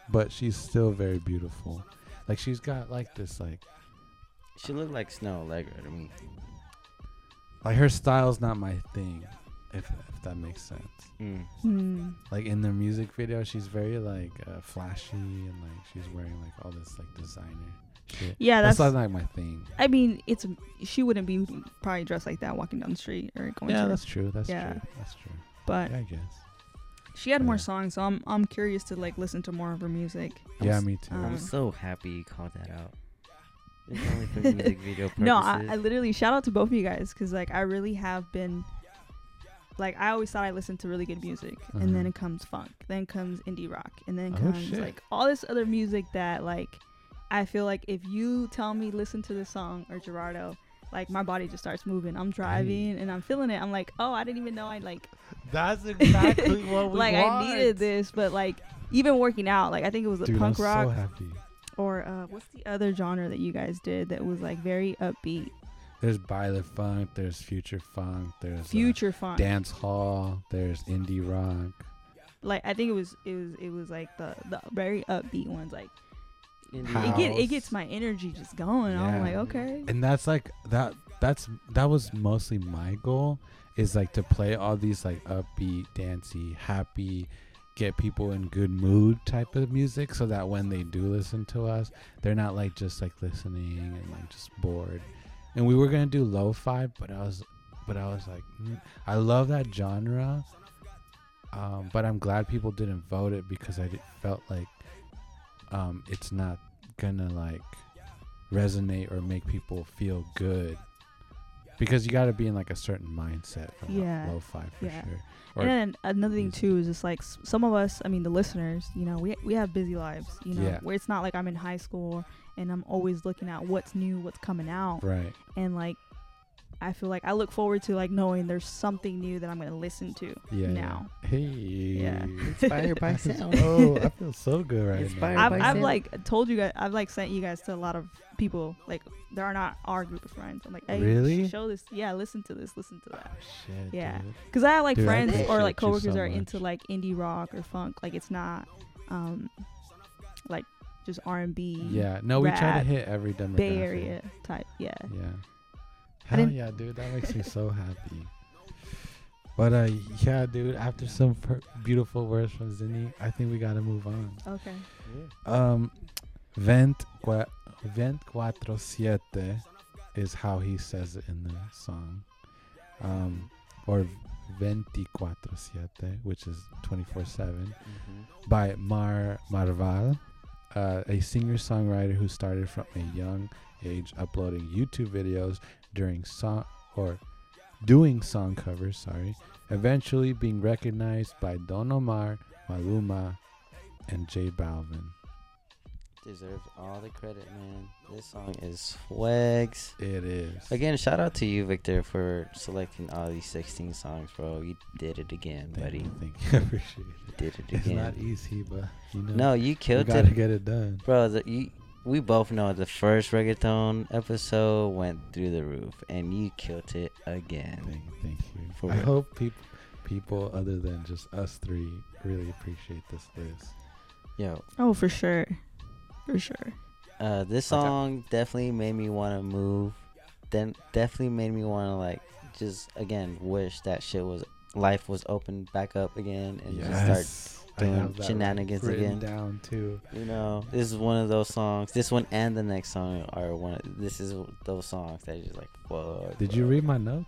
Speaker 15: but she's still very beautiful. Like she's got like this like
Speaker 14: She looked like Snow Allegra to me.
Speaker 15: Like her style's not my thing, if if that makes sense.
Speaker 16: Mm.
Speaker 15: Like in the music video, she's very like uh, flashy and like she's wearing like all this like designer shit.
Speaker 16: Yeah, that's,
Speaker 15: not like my thing.
Speaker 16: I mean, it's she wouldn't be probably dressed like that walking down the street or going.
Speaker 15: Yeah,
Speaker 16: to-
Speaker 15: that's true, that's
Speaker 16: yeah.
Speaker 15: true, that's true.
Speaker 16: But
Speaker 15: Yeah, I guess.
Speaker 16: she had more songs, so I'm I'm curious to like listen to more of her music.
Speaker 14: I'm s-
Speaker 16: Um,
Speaker 14: I'm so happy you called that out. Uh-huh. It's only for music video purposes.
Speaker 16: no, I, I literally shout out to both of you guys because like I really have been. Like I always thought, I listened to really good music, and then
Speaker 14: Uh-huh.
Speaker 16: it comes funk, then comes indie rock, and then
Speaker 14: Oh,
Speaker 16: comes
Speaker 14: shit.
Speaker 16: like all this other music that like I feel like if you tell me listen to this song or Gerardo, like my body just starts moving. I'm driving and I'm feeling it. I'm like, oh, I didn't even know I like
Speaker 15: That's exactly what we
Speaker 16: like
Speaker 15: want.
Speaker 16: I needed this, but like even working out, like I think it was a
Speaker 15: Dude,
Speaker 16: punk
Speaker 15: I'm
Speaker 16: rock
Speaker 15: so happy.
Speaker 16: or uh, what's the other genre that you guys did that was like very upbeat?
Speaker 15: There's Byler Funk, there's Future Funk, there's uh,
Speaker 16: Future funk.
Speaker 15: Dance Hall, there's Indie Rock.
Speaker 16: Like I think it was it was it was like the the very upbeat ones. Like
Speaker 15: House.
Speaker 16: it get it gets my energy just going. I'm
Speaker 15: Yeah.
Speaker 16: like okay,
Speaker 15: And that's like that that's that was mostly my goal is like to play all these like upbeat, dancey, happy, get people in good mood type of music so that when they do listen to us, they're not like just like listening and like just bored. And we were going to do lo-fi, but I was but I was like mm, I love that genre. Um, but I'm glad people didn't vote it because I did- felt like um, it's not gonna like resonate or make people feel good because you got to be in like a certain mindset for lo-
Speaker 16: yeah,
Speaker 15: lo-fi for
Speaker 16: yeah.
Speaker 15: sure. Or
Speaker 16: And then another thing too is just like s- some of us. I mean, the listeners. You know, we we have busy lives. You know,
Speaker 15: Yeah.
Speaker 16: where it's not like I'm in high school and I'm always looking at what's new, what's coming out.
Speaker 15: Right.
Speaker 16: And like, I feel like I look forward to like knowing there's something new that I'm gonna listen to.
Speaker 15: yeah, yeah.
Speaker 16: Now.
Speaker 15: Hey,
Speaker 16: Yeah.
Speaker 14: Inspired by sound.
Speaker 15: oh, I feel so good right now.
Speaker 16: I've, I've like told you guys, I've like sent you guys to a lot of people. Like, there are not our group of friends. I'm like, hey,
Speaker 15: Really? Oh,
Speaker 16: show this. Yeah, listen to this, listen to that.
Speaker 15: shit,
Speaker 16: yeah,
Speaker 15: dude.
Speaker 16: because I have like
Speaker 15: Dude, I
Speaker 16: friends or like
Speaker 15: appreciate you
Speaker 16: coworkers
Speaker 15: so
Speaker 16: that are
Speaker 15: much.
Speaker 16: into like indie rock or funk. Like, it's not, um, like just R and B.
Speaker 15: Yeah, no, we try to hit every
Speaker 16: Bay
Speaker 15: demographic.
Speaker 16: Area type. Yeah.
Speaker 15: Yeah.
Speaker 16: I
Speaker 15: Hell
Speaker 16: didn't-
Speaker 15: yeah, dude. That makes me so happy. But uh, yeah, dude. After some per- beautiful words from Zinni, I think we gotta move on.
Speaker 16: Okay.
Speaker 15: Um, vent cua- vent cuatro siete is how he says it in the song, um, or veinticuatro siete, which is twenty four seven, by Mar Marval, uh, a singer songwriter who started from a young age uploading YouTube videos during song or doing song covers. Sorry, eventually being recognized by Don Omar, Maluma, and J Balvin.
Speaker 14: Deserves all the credit, man. This song is swags.
Speaker 15: It is.
Speaker 14: Again, shout out to you, Victor, for selecting all these 16 songs, bro. You did it again, buddy.
Speaker 15: Thank you. I appreciate
Speaker 14: You did it
Speaker 15: It's
Speaker 14: again.
Speaker 15: not easy, but you know.
Speaker 14: No, you killed
Speaker 15: we gotta
Speaker 14: it.
Speaker 15: get it done.
Speaker 14: Bro, the, you, we both know the first reggaeton episode went through the roof, and you killed it again.
Speaker 15: Thank you. Thank you.
Speaker 14: For
Speaker 15: I
Speaker 14: real.
Speaker 15: hope people, people other than just us three, really appreciate this list.
Speaker 14: Yo,
Speaker 16: Oh, for sure, for sure.
Speaker 14: uh, this song definitely made me want to move. Then definitely made me want to like just again wish that shit was life was open back up again and just
Speaker 15: Yes.
Speaker 14: start
Speaker 15: I
Speaker 14: doing
Speaker 15: have that
Speaker 14: shenanigans
Speaker 15: written
Speaker 14: again.
Speaker 15: down, too.
Speaker 14: You know, this is one of those songs. This one and the next song are one. Of, this is those songs that you're just like, whoa. Mm,
Speaker 15: Did you read my notes?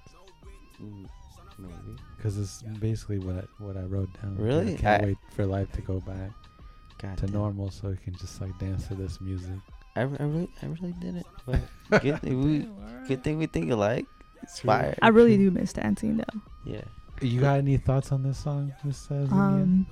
Speaker 14: Maybe.
Speaker 15: Because it's basically what I, what I wrote down.
Speaker 14: Really?
Speaker 15: I can't
Speaker 14: I-
Speaker 15: wait for life to go back
Speaker 14: God
Speaker 15: to
Speaker 14: damn.
Speaker 15: normal, so we can just like dance to this music.
Speaker 14: I, re- I really I really did it. But good, thing we, good thing we think alike. Inspired.
Speaker 16: I really do miss dancing though.
Speaker 14: Yeah.
Speaker 15: You got any thoughts on this song, Miss Sazinha?
Speaker 16: Um,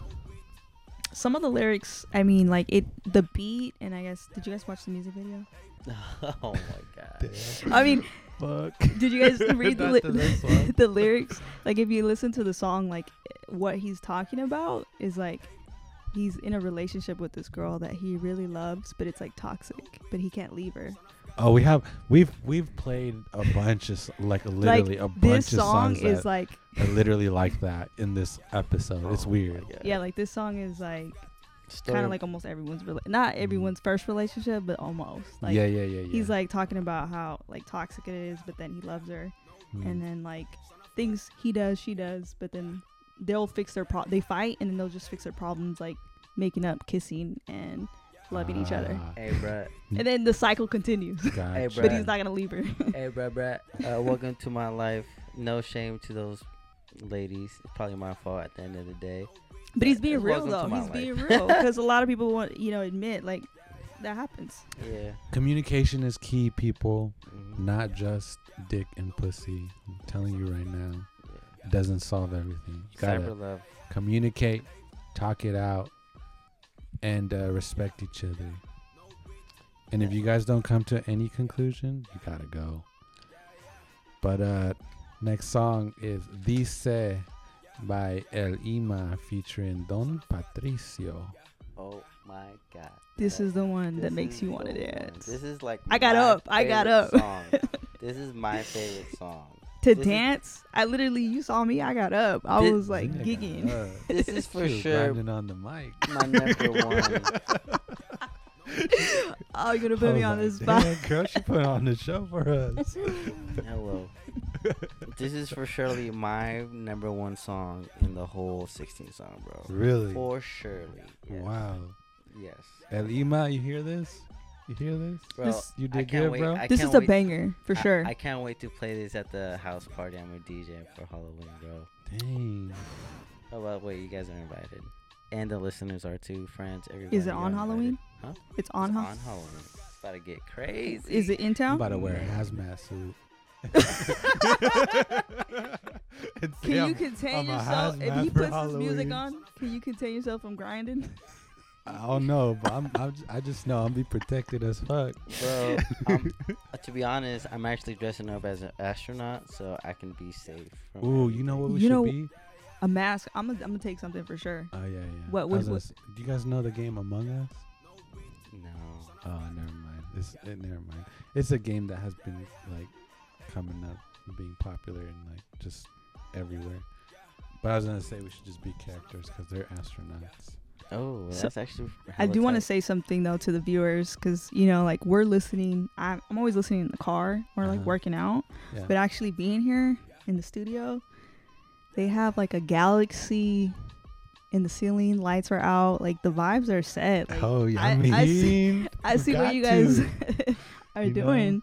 Speaker 16: some of the lyrics, I mean, like it, the beat, and I guess, did you guys watch the music video?
Speaker 14: oh my god.
Speaker 16: I mean,
Speaker 15: Fuck.
Speaker 16: did you guys read the,
Speaker 15: Not
Speaker 16: li-
Speaker 15: to this one.
Speaker 16: the lyrics? Like, if you listen to the song, like what he's talking about is like he's in a relationship with this girl that he really loves, but it's like toxic, but he can't leave her.
Speaker 15: Oh, we have we've we've played a bunch of s- like literally a
Speaker 16: this
Speaker 15: bunch of
Speaker 16: song
Speaker 15: songs
Speaker 16: is
Speaker 15: that
Speaker 16: like-
Speaker 15: are literally like that in this episode. it's weird.
Speaker 16: Yeah, like this song is like kind
Speaker 14: Story-
Speaker 16: of like almost everyone's rela- not everyone's first relationship, but almost. Like,
Speaker 15: Mm-hmm. Yeah, yeah, yeah,
Speaker 16: He's like talking about how like toxic it is, but then he loves her,
Speaker 15: Mm.
Speaker 16: and then like things he does, she does, but then they'll fix their pro. They fight, and then they'll just fix their problems, like making up, kissing, and loving each other.
Speaker 14: Ah. Hey, bruh.
Speaker 16: And then the cycle continues.
Speaker 14: Hey,
Speaker 16: but
Speaker 14: bruh.
Speaker 16: he's not gonna leave her.
Speaker 14: hey, bruh, bruh. Uh, welcome to my life. No shame to those ladies. It's probably my fault at the end of the day.
Speaker 16: But he's being real
Speaker 14: welcome to
Speaker 16: though.
Speaker 14: my
Speaker 16: He's
Speaker 14: life.
Speaker 16: being real because a lot of people want you know admit like that happens.
Speaker 14: Yeah. Mm-hmm.
Speaker 15: Communication is key, people. Not just dick and pussy. I'm telling you right now, it doesn't solve everything. You gotta
Speaker 14: Cyber love.
Speaker 15: communicate, talk it out, and uh, respect each other. And if you guys don't come to any conclusion, you gotta go. But uh, next song is Dice by El Ima featuring Don Patricio.
Speaker 14: Oh my god.
Speaker 16: This is the one that
Speaker 14: This
Speaker 16: makes
Speaker 14: is
Speaker 16: you want to
Speaker 14: the one.
Speaker 16: dance.
Speaker 14: This is like
Speaker 16: I got
Speaker 14: my
Speaker 16: up. I got up.
Speaker 14: favorite song. this is my favorite song.
Speaker 16: to
Speaker 14: This is-
Speaker 16: dance. I literally, you saw me. I got up. I
Speaker 14: Thi-
Speaker 16: was like gigging.
Speaker 14: This is for
Speaker 15: She was
Speaker 14: sure.
Speaker 15: grinding on the mic.
Speaker 14: My number one.
Speaker 16: oh, you're gonna
Speaker 15: I
Speaker 16: put me on
Speaker 15: was like,
Speaker 16: this
Speaker 15: "Damn,
Speaker 16: spot.
Speaker 15: girl, she put on the show for us.
Speaker 14: Hello. this is for surely my number one song in the whole 16 song, bro.
Speaker 15: Really?
Speaker 14: For surely. yes.
Speaker 15: Wow.
Speaker 14: Yes.
Speaker 15: El Ima, you hear this? You hear this?
Speaker 14: Bro,
Speaker 15: This- you
Speaker 14: I
Speaker 15: did
Speaker 14: can't
Speaker 15: good,
Speaker 14: wait-
Speaker 15: bro.
Speaker 14: I
Speaker 16: This
Speaker 14: can't
Speaker 16: is a
Speaker 14: wait-
Speaker 16: banger, for
Speaker 14: I-
Speaker 16: sure.
Speaker 14: I can't wait to play this at the house party I'm a DJ for Halloween, bro.
Speaker 15: Dang.
Speaker 14: Oh, by the way, you guys are invited. And the listeners are too, friends, everybody.
Speaker 16: Is it
Speaker 14: you're
Speaker 16: on
Speaker 14: invited.
Speaker 16: Halloween?
Speaker 14: Huh?
Speaker 16: It's on
Speaker 14: Halloween.
Speaker 16: Halloween.
Speaker 14: On Halloween. It's about to get crazy.
Speaker 16: Is it in
Speaker 15: I'm
Speaker 16: town?
Speaker 15: about to wear a hazmat suit. And say
Speaker 16: Can
Speaker 15: I'm-
Speaker 16: you contain
Speaker 15: I'm a
Speaker 16: yourself? If
Speaker 15: hazmat
Speaker 16: he
Speaker 15: for
Speaker 16: puts his music
Speaker 15: Halloween.
Speaker 16: on, can you contain yourself from grinding?
Speaker 15: I don't know, but I'm, I'm j- I just know I'm be protected as fuck.
Speaker 14: Bro, I'm, uh, to be honest, I'm actually dressing up as an astronaut so I can be safe. From
Speaker 15: Ooh, you know what we
Speaker 16: You
Speaker 15: should
Speaker 16: know-
Speaker 15: be?
Speaker 16: A mask. I'm gonna, I'm gonna take something for sure.
Speaker 15: Oh yeah, yeah. I
Speaker 16: What? What?
Speaker 15: was gonna
Speaker 16: what
Speaker 15: s- do you guys know the game Among Us?
Speaker 14: No.
Speaker 15: Oh, never mind. It's uh, never mind. It's a game that has been like coming up, and being popular, and like just everywhere. But I was gonna say we should just be characters because they're astronauts.
Speaker 14: Oh,
Speaker 16: So-
Speaker 14: that's actually.
Speaker 16: I
Speaker 14: hella
Speaker 16: do want to
Speaker 14: tight.
Speaker 16: say something though to the viewers because you know, like we're listening. I'm, I'm always listening in the car or like
Speaker 15: Uh-huh.
Speaker 16: working out,
Speaker 15: Yeah.
Speaker 16: but actually being here in the studio, they have like a galaxy in the ceiling. Lights are out. Like the vibes are set. Like,
Speaker 15: Oh, yeah,
Speaker 16: I,
Speaker 15: I mean,
Speaker 16: I see. I see
Speaker 15: got
Speaker 16: what you guys
Speaker 15: to.
Speaker 16: are
Speaker 15: You know?
Speaker 16: doing.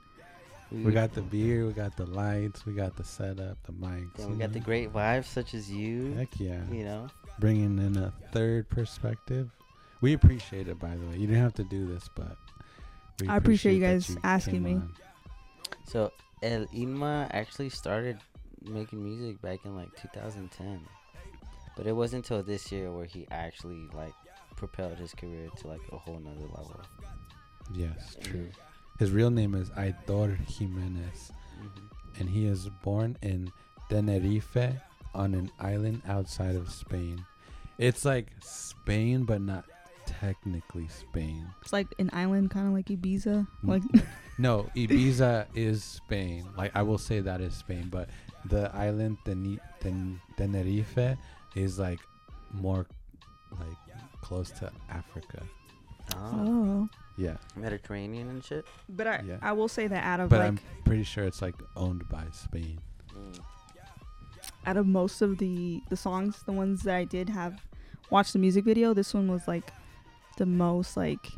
Speaker 14: Mm.
Speaker 15: We got the beer, we got the lights, we got the setup, the mics.
Speaker 14: Yeah,
Speaker 15: you
Speaker 14: we got
Speaker 15: know?
Speaker 14: the great vibes such as you.
Speaker 15: Heck yeah.
Speaker 14: You know?
Speaker 15: Bringing in a third perspective. We appreciate it, by the way. You didn't have to do this, but we
Speaker 16: I appreciate you
Speaker 15: that
Speaker 16: guys asking
Speaker 15: came
Speaker 16: me.
Speaker 15: on.
Speaker 14: So El Inma actually started making music back in like 2010, but it wasn't until this year where he actually like propelled his career to like a whole nother level.
Speaker 15: Yes, true. His real name is Aitor Jimenez, and he is born in Tenerife on an island outside of Spain. It's like Spain, but not technically Spain.
Speaker 16: It's like an island, kind of like
Speaker 15: Mm.
Speaker 16: Ibiza. Like
Speaker 15: No, Ibiza is Spain. Like I will say that is Spain, but the island Teni- Ten- Tenerife is like more like close to Africa.
Speaker 16: oh,
Speaker 15: Yeah,
Speaker 14: Ah. Mediterranean and shit.
Speaker 16: but I
Speaker 15: Yeah.
Speaker 16: I will say that out of
Speaker 15: but
Speaker 16: like
Speaker 15: I'm pretty sure it's like owned by Spain.
Speaker 14: Mm.
Speaker 16: out of most of the the songs, the ones that I did have watched the music video, this one was like the most like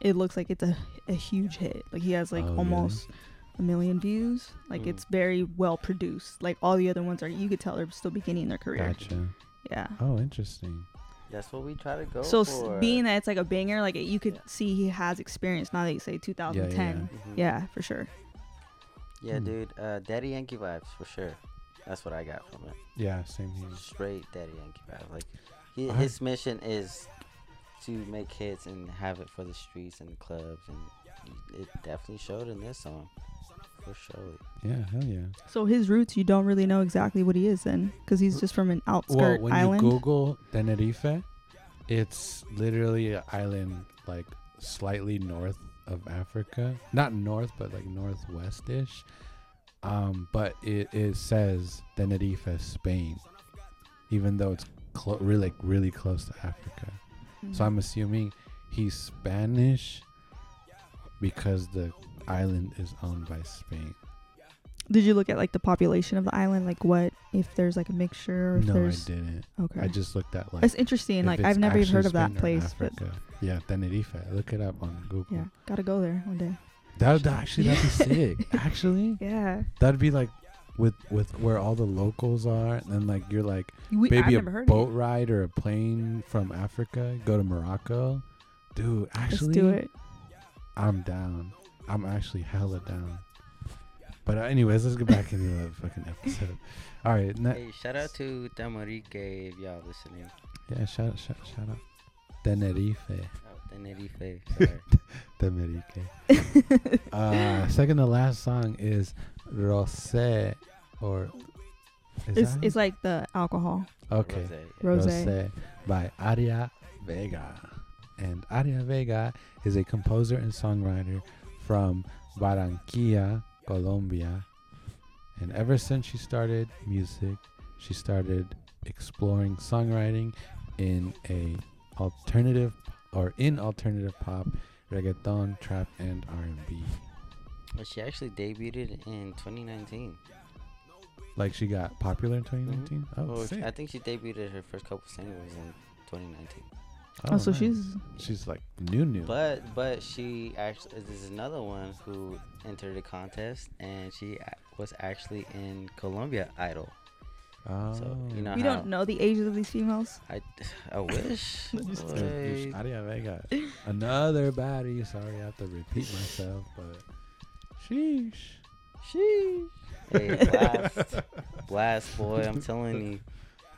Speaker 16: it looks like it's a a huge hit. Like he has like
Speaker 15: Oh, really? Hmm.
Speaker 16: almost a million views. Like
Speaker 14: Mm.
Speaker 16: it's very well produced. Like all the other ones are, you could tell they're still beginning their career.
Speaker 15: Gotcha.
Speaker 16: Yeah.
Speaker 15: Oh, interesting.
Speaker 14: That's what we try to go
Speaker 16: So s-
Speaker 14: for.
Speaker 16: being that it's like a banger, like you could see he has experience. Now that you say 2010,
Speaker 14: yeah. Mhm.
Speaker 16: yeah, for sure.
Speaker 14: yeah,
Speaker 15: Hmm.
Speaker 14: dude, uh, Daddy Yankee vibes for sure. That's what I got from it.
Speaker 15: Yeah, same here.
Speaker 14: Straight Daddy Yankee vibes. Like he,
Speaker 15: I-
Speaker 14: his mission is to make hits and have it for the streets and the clubs, and it definitely showed in this song for sure.
Speaker 15: Yeah, hell yeah.
Speaker 16: So his roots, you don't really know exactly what he is then, because he's just from an outskirt
Speaker 15: well, when
Speaker 16: island.
Speaker 15: you Google Tenerife, it's literally an island like slightly north of Africa. Not north, but like northwest ish. Um, but it, it says Tenerife, Spain, even though it's clo- really, really close to Africa.
Speaker 16: Mm-hmm.
Speaker 15: So I'm assuming he's Spanish because the island is owned by Spain.
Speaker 16: Did you look at like the population of the island? Like what if there's like a mixture? Or if
Speaker 15: No, I
Speaker 16: there's...
Speaker 15: didn't.
Speaker 16: Okay.
Speaker 15: I just looked at like.
Speaker 16: It's interesting.
Speaker 15: if
Speaker 16: Like
Speaker 15: it's
Speaker 16: I've never even
Speaker 15: actually
Speaker 16: heard of that
Speaker 15: Spain or
Speaker 16: place, but
Speaker 15: Africa. yeah, Tenerife. Look it up on Google.
Speaker 16: yeah, gotta go there one day.
Speaker 15: That would actually that'd be sick. Actually,
Speaker 16: Yeah.
Speaker 15: that'd be like with with where all the locals are, and then like you're like
Speaker 16: We- I've
Speaker 15: maybe a
Speaker 16: never heard of
Speaker 15: boat ride or a plane from Africa, go to Morocco, dude. Actually,
Speaker 16: do it.
Speaker 15: I'm down. I'm actually hella down. But uh, anyways, let's get back into the fucking episode. All right, ne-
Speaker 14: Hey, shout out to Tamarique if y'all listening.
Speaker 15: yeah, shout out, shout, shout out, Tenerife.
Speaker 14: Out Tenerife, sorry.
Speaker 15: Tamarique. uh, second to last song is Rosé, or is
Speaker 16: it's
Speaker 15: that
Speaker 16: it's like the alcohol.
Speaker 15: Okay.
Speaker 16: Rose.
Speaker 15: Rosé by Aria Vega. And Aria Vega is a composer and songwriter from Barranquilla, Colombia. And ever since she started music, she started exploring songwriting in a alternative or in alternative pop, reggaeton, trap and R&B.
Speaker 14: But she actually debuted in 2019.
Speaker 15: Like she got popular in 2019. Oh,
Speaker 14: Well,
Speaker 15: sick.
Speaker 14: I think Mm-hmm. she debuted her first couple singles in 2019.
Speaker 16: Oh, so she's-
Speaker 15: she's like new new.
Speaker 14: But but she actually this is another one who entered the contest and she a- was actually in Colombia Idol.
Speaker 15: Oh.
Speaker 14: So you know
Speaker 16: We
Speaker 14: how
Speaker 16: don't know the ages of these femels.
Speaker 14: I I wish.
Speaker 15: Like, Aria Vega. Another body. Sorry, I have to repeat myself, but sheesh.
Speaker 14: Sheesh. hey, blast, blast, boy! I'm telling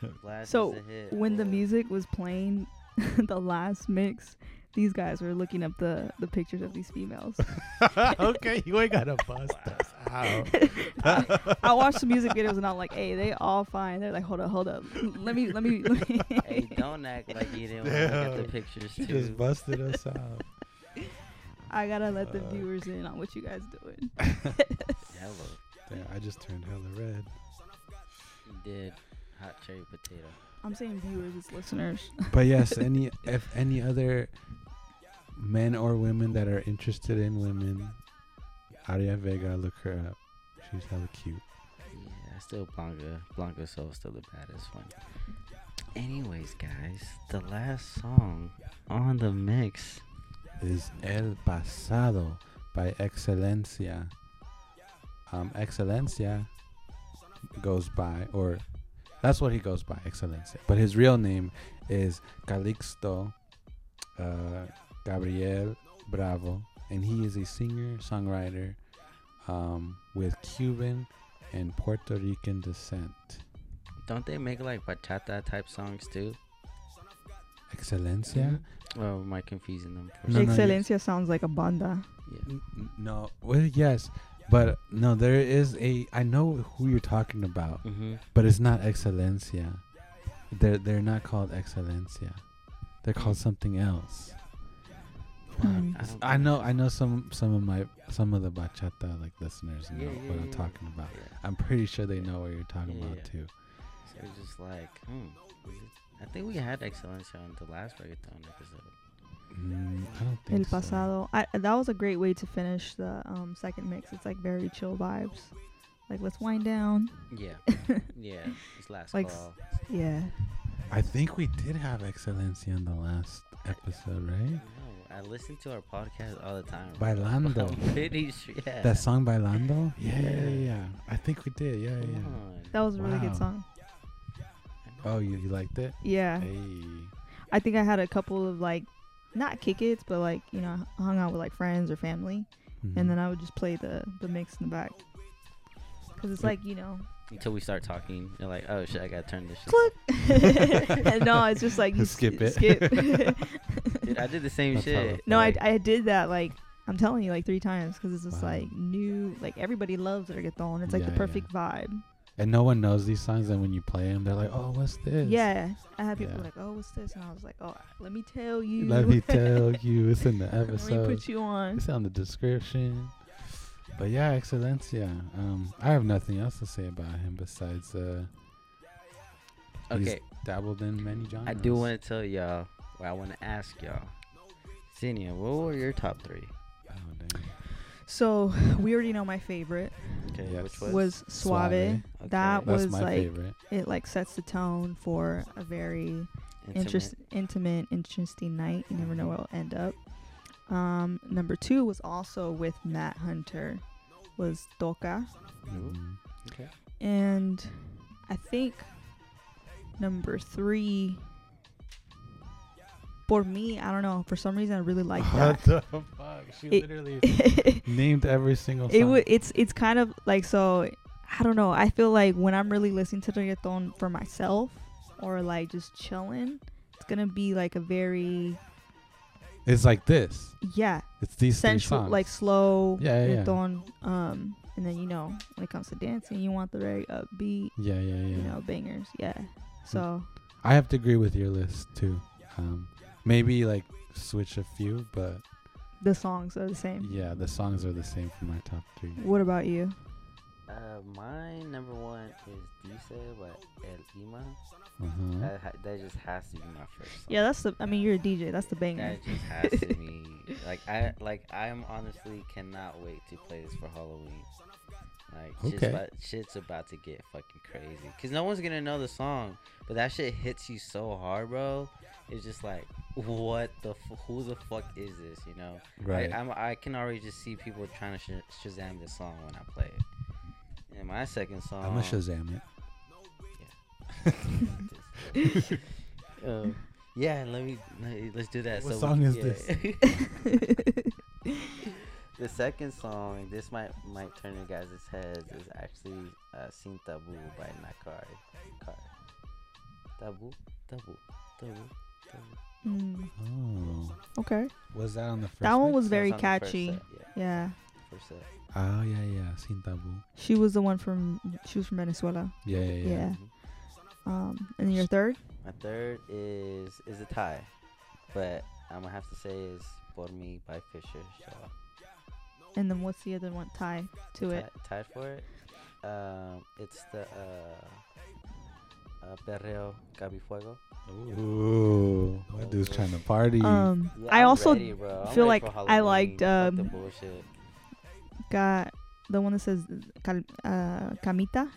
Speaker 14: you, blast
Speaker 16: So
Speaker 14: is a hit.
Speaker 16: when the music was playing, the last mix, these guys were looking up the the pictures of these females.
Speaker 15: okay, you ain't gotta bust us out.
Speaker 16: I, I watched the music videos and I'm like, hey, they all fine. They're like, hold up, hold up, let me, let me. Let me.
Speaker 14: Hey, don't act like you didn't want to look at the pictures
Speaker 15: she
Speaker 14: too.
Speaker 15: just busted us out.
Speaker 16: I gotta let the
Speaker 15: Fuck.
Speaker 16: viewers in on what you guys doing.
Speaker 14: Hello,
Speaker 15: Damn, I just turned hella red.
Speaker 14: you did hot cherry potato.
Speaker 16: I'm saying viewers, it's listeners.
Speaker 15: But yes, eh, any if any other men or women that are interested in women, Aria Vega, look her up. She's hella cute.
Speaker 14: Yeah, still Blanca. Blanca Soul still the baddest one. Anyways, guys, the last song on the mix
Speaker 15: is El Pasado by Excelencia. Um, Excelencia goes by, or that's what he goes by, Excelencia. But his real name is Calixto uh, Gabriel Bravo, and he is a singer songwriter um, with Cuban and Puerto Rican descent.
Speaker 14: Don't they make like bachata type songs too?
Speaker 15: Excelencia?
Speaker 14: Or am I confusing them? For
Speaker 15: No, no, you-
Speaker 16: Excelencia sounds like a banda.
Speaker 15: N- n- No, well, yes, but no, there is a. I know who you're talking about,
Speaker 14: Mhm.
Speaker 15: but it's not Excelencia. They're they're not called Excelencia. They're called something else. Fuck.
Speaker 16: Hmm.
Speaker 14: I don't
Speaker 15: I know I know some some of my some of the bachata like listeners know
Speaker 14: Yeah, yeah,
Speaker 15: what I'm
Speaker 14: yeah,
Speaker 15: talking about.
Speaker 14: yeah.
Speaker 15: I'm pretty sure they know what you're talking
Speaker 14: Yeah,
Speaker 15: about
Speaker 14: yeah.
Speaker 15: too.
Speaker 14: So it's just like, hmm. is it- I think we had Excellence on the last reggaeton episode.
Speaker 15: Mm, I don't
Speaker 16: El
Speaker 15: think so.
Speaker 16: pasado. I, that was a great way to finish the um, second mix. It's like very chill vibes. Like let's wind down.
Speaker 14: Yeah. yeah. It's last
Speaker 16: Like s-
Speaker 14: call.
Speaker 16: Yeah.
Speaker 15: I think we did have Excelencia in the last episode, right?
Speaker 14: No, I listen to our podcast all the time.
Speaker 15: Bailando.
Speaker 14: I'm pretty sure. Yeah.
Speaker 15: That song by Lando? Yeah, yeah,
Speaker 14: Yeah.
Speaker 15: yeah, yeah. I think we did. Yeah, yeah.
Speaker 14: Come on.
Speaker 16: That was a really
Speaker 15: Wow.
Speaker 16: good song.
Speaker 15: Oh, you, you liked it?
Speaker 16: Yeah.
Speaker 15: Hey.
Speaker 16: I think I had a couple of like not kick its, but like, you know, I hung out with like friends or family
Speaker 15: Mhm.
Speaker 16: and then I would just play the the mix in the back. Cuz it's like, you know,
Speaker 14: Until we start talking, you're like, oh shit, I gotta turn this shit.
Speaker 16: click. And no, it's just like you
Speaker 15: Skip
Speaker 16: s-
Speaker 15: it.
Speaker 16: Skip.
Speaker 14: Dude, I did the same
Speaker 15: That's how
Speaker 14: shit.
Speaker 15: it
Speaker 16: no,
Speaker 14: like,
Speaker 16: I I did that like I'm telling you like 3 times cuz it's just
Speaker 15: Wow.
Speaker 16: like new like everybody loves reggaeton. It's like
Speaker 15: Yeah,
Speaker 16: the
Speaker 15: yeah.
Speaker 16: perfect vibe.
Speaker 15: And no one knows these songs, and when you play them, they're like, oh, what's this?
Speaker 16: Yeah. I had people
Speaker 15: Yeah.
Speaker 16: like, "Oh, what's this?" and I was like, "Oh, let me tell you."
Speaker 15: Let me tell you, it's in the
Speaker 16: Let me
Speaker 15: episode.
Speaker 16: put you on.
Speaker 15: It's on the description. But yeah, Excellencia. Um, I have nothing else to say about him besides uh, he's
Speaker 14: Okay.
Speaker 15: dabbled in many genres.
Speaker 14: I do want to tell y'all where I want to ask y'all. Xenia, what were your top three?
Speaker 16: So we already know my favorite.
Speaker 14: Okay, Yes. which was?
Speaker 16: was Suave.
Speaker 14: Suave. Okay.
Speaker 16: That
Speaker 14: That's
Speaker 16: was
Speaker 14: my
Speaker 16: like
Speaker 14: favorite.
Speaker 16: it like sets the tone for a very
Speaker 14: Intimate. Mm-hmm.
Speaker 16: interest intimate, interesting night. You never know where it'll end up. Um, number two was also with Matt Hunter, was Toca,
Speaker 8: Mm-hmm.
Speaker 14: Okay.
Speaker 16: and I think number three. For me, I don't know. For some reason, I really like
Speaker 15: What
Speaker 16: that.
Speaker 15: the fuck? She literally named every single
Speaker 16: it
Speaker 15: song.
Speaker 16: would it's it's kind of like so i don't know i feel like when i'm really listening to reggaeton for myself or like just chilling it's gonna be like a very
Speaker 15: it's like this.
Speaker 16: yeah
Speaker 15: It's these three
Speaker 16: sensual
Speaker 15: songs.
Speaker 16: like slow
Speaker 15: Yeah, yeah, yeah.
Speaker 16: reggaeton um and then you know when it comes to dancing you want the very upbeat
Speaker 15: Yeah, yeah, yeah. Mm.
Speaker 16: you know bangers yeah so
Speaker 15: I have to agree with your list too. Um, maybe like switch a few, but
Speaker 16: the songs are the same
Speaker 15: yeah, the songs are the same for my top three.
Speaker 16: what about you
Speaker 14: Uh, my number one is Dice by El Ima.
Speaker 15: Mhm.
Speaker 14: That, ha- that just has to be my first. Song.
Speaker 16: yeah that's the i mean you're a dj that's the banger
Speaker 14: That just has to be like I like I'm honestly cannot wait to play this for Halloween. Like shit's,
Speaker 15: Okay.
Speaker 14: about, shit's about to get fucking crazy because no one's gonna know the song, but that shit hits you so hard, bro. It's just like what the f- who the fuck is this? You know,
Speaker 15: Right.
Speaker 14: I, I'm, I can already just see people trying to sh- Shazam this song when I play it. And my second song,
Speaker 15: I'm gonna Shazam it.
Speaker 14: um, yeah, let me let- let's do that.
Speaker 15: What
Speaker 14: we-
Speaker 15: song is
Speaker 14: yeah. the second song, this might might turn your guys' heads, is actually uh, "Sin Tabu" by Nakari. Nakari. Tabu, tabu, tabu, tabu.
Speaker 16: Mm.
Speaker 15: Oh.
Speaker 16: okay
Speaker 15: Was that on the first?
Speaker 16: that one
Speaker 15: mix?
Speaker 16: was very
Speaker 14: on the first
Speaker 16: catchy
Speaker 14: set,
Speaker 16: yeah
Speaker 14: First set.
Speaker 15: Oh yeah, yeah. Sin Tabu.
Speaker 16: She was the one from she was from Venezuela.
Speaker 15: Yeah, yeah, yeah.
Speaker 16: Um, and your third?
Speaker 14: My third is is a tie, but I'm gonna have to say is "Por Mi" by Fisher. Shaw.
Speaker 16: And then what's the other one? Tie to it.
Speaker 14: Ti- tied for it. Um, it's the uh, uh, Perreo Gabi Fuego.
Speaker 15: Ooh, my dude's trying to party.
Speaker 16: Um,
Speaker 14: Yeah,
Speaker 16: I
Speaker 14: I'm
Speaker 16: also
Speaker 14: ready, bro. I'm
Speaker 16: feel like
Speaker 14: ready for
Speaker 16: I
Speaker 14: Halloween.
Speaker 16: liked
Speaker 14: Fuck the
Speaker 16: um,
Speaker 14: bullshit.
Speaker 16: got the one that says cal- uh, camita.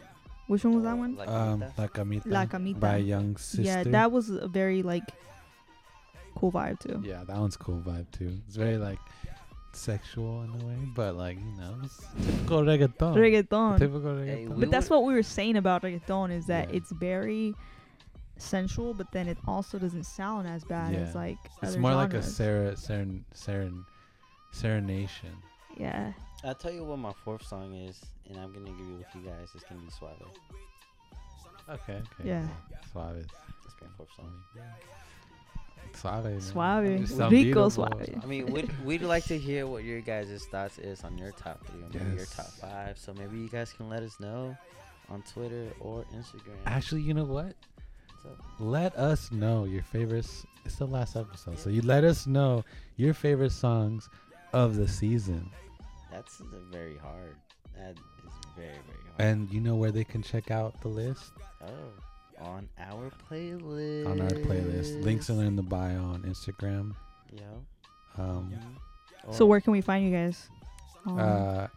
Speaker 16: Which one was that one?
Speaker 15: um, La Camita.
Speaker 16: La camita.
Speaker 15: By Young Sister.
Speaker 16: Yeah, that was a very like cool vibe too.
Speaker 15: Yeah, that one's cool vibe too. It's very like sexual in a way, but like you know, it's typical reggaeton.
Speaker 16: Reggaeton.
Speaker 15: Typical reggaeton.
Speaker 14: we
Speaker 16: but that's what we were saying about reggaeton is that it's very sensual, but then it also doesn't sound as bad as like
Speaker 15: it's
Speaker 16: other
Speaker 15: more like a
Speaker 16: genres.
Speaker 15: seren seren seren serenation.
Speaker 16: yeah.
Speaker 14: I'll tell you what my fourth song is, and I'm gonna agree with you guys. It's gonna be Suave.
Speaker 15: Okay. Okay.
Speaker 16: Yeah.
Speaker 15: Suave.
Speaker 14: That's my fourth song.
Speaker 15: Suave. man.
Speaker 16: Suave.
Speaker 15: You sound
Speaker 16: Rico
Speaker 15: beautiful.
Speaker 16: suave.
Speaker 14: I mean, we'd, we'd like to hear what your guys' thoughts is on your top three, or maybe your
Speaker 15: Yes.
Speaker 14: top five. So maybe you guys can let us know on Twitter or Instagram.
Speaker 15: Actually, you know what?
Speaker 14: What's up?
Speaker 15: Let us know your favorites. It's the last episode, so you let us know your favorite songs of the season,
Speaker 14: That's uh, very hard. That is very very hard.
Speaker 15: and you know where they can check out the list
Speaker 14: oh, on our playlist.
Speaker 15: on our playlist. Links are in the bio on Instagram.
Speaker 14: Yeah.
Speaker 15: Um,
Speaker 16: So where can we find you guys? Um,
Speaker 15: uh,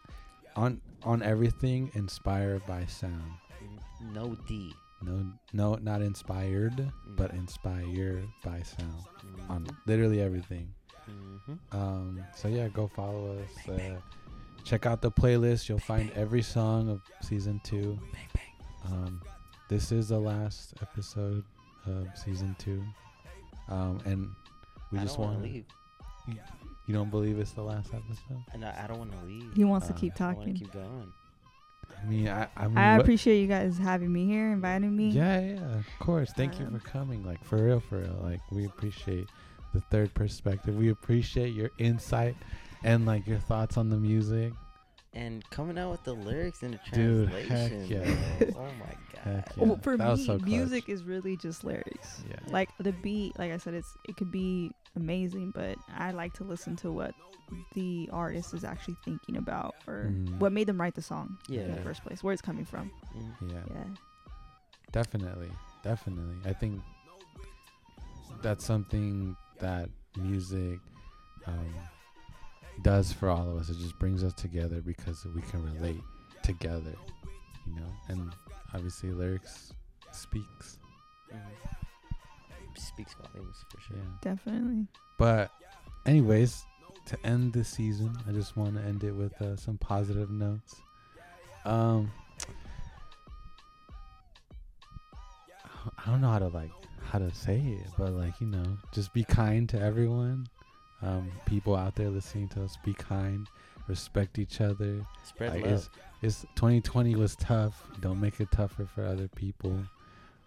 Speaker 15: on on everything inspired by sound.
Speaker 14: No D.
Speaker 15: No, no, not inspired, but inspired by sound
Speaker 14: Mm-hmm.
Speaker 15: on literally everything. Um, so yeah, go follow us. Uh, check out the playlist. You'll find every song of season two. Um, this is the last episode of season two, um, and we
Speaker 14: I
Speaker 15: just
Speaker 14: don't wanna
Speaker 15: want
Speaker 14: leave.
Speaker 15: You, you don't believe it's the last episode?
Speaker 14: And I, I don't want to leave.
Speaker 16: He wants to
Speaker 15: Uh,
Speaker 16: keep
Speaker 14: I wanna
Speaker 16: talking.
Speaker 14: keep going.
Speaker 15: I mean, I I, mean,
Speaker 16: I
Speaker 15: what-
Speaker 16: appreciate you guys having me here, inviting me.
Speaker 15: Yeah, yeah, of course. Thank you for coming. Like for real, for real. Like we appreciate the third perspective. We appreciate your insight and like your thoughts on the music,
Speaker 14: And coming out with the lyrics and the
Speaker 15: dude. Heck
Speaker 14: translation.
Speaker 15: yeah!
Speaker 14: bro. oh my god.
Speaker 15: Heck yeah.
Speaker 16: Well, for
Speaker 15: that was
Speaker 16: me,
Speaker 15: so clutch.
Speaker 16: music is really just lyrics.
Speaker 15: Yeah.
Speaker 16: Like the beat, like I said, it's it could be amazing, but I like to listen to what the artist is actually thinking about or
Speaker 15: Mm.
Speaker 16: what made them write the song in the
Speaker 15: Yeah.
Speaker 16: first place, where it's coming from.
Speaker 15: Yeah.
Speaker 16: Yeah.
Speaker 15: Definitely, definitely. I think that's something that music um, does for all of us. It just brings us together because we can relate together, you know. And obviously, lyrics speaks.
Speaker 14: Mm-hmm. Speaks volumes for sure.
Speaker 16: Definitely.
Speaker 15: But, anyways, to end this season, I just want to end it with uh, some positive notes. Um, I don't know how to like how to say it, but like you know, just be kind to everyone. Um, people out there listening to us, be kind, respect each other.
Speaker 14: Spread
Speaker 15: Like,
Speaker 14: love.
Speaker 15: It's, it's 2020 was tough. Don't make it tougher for other people.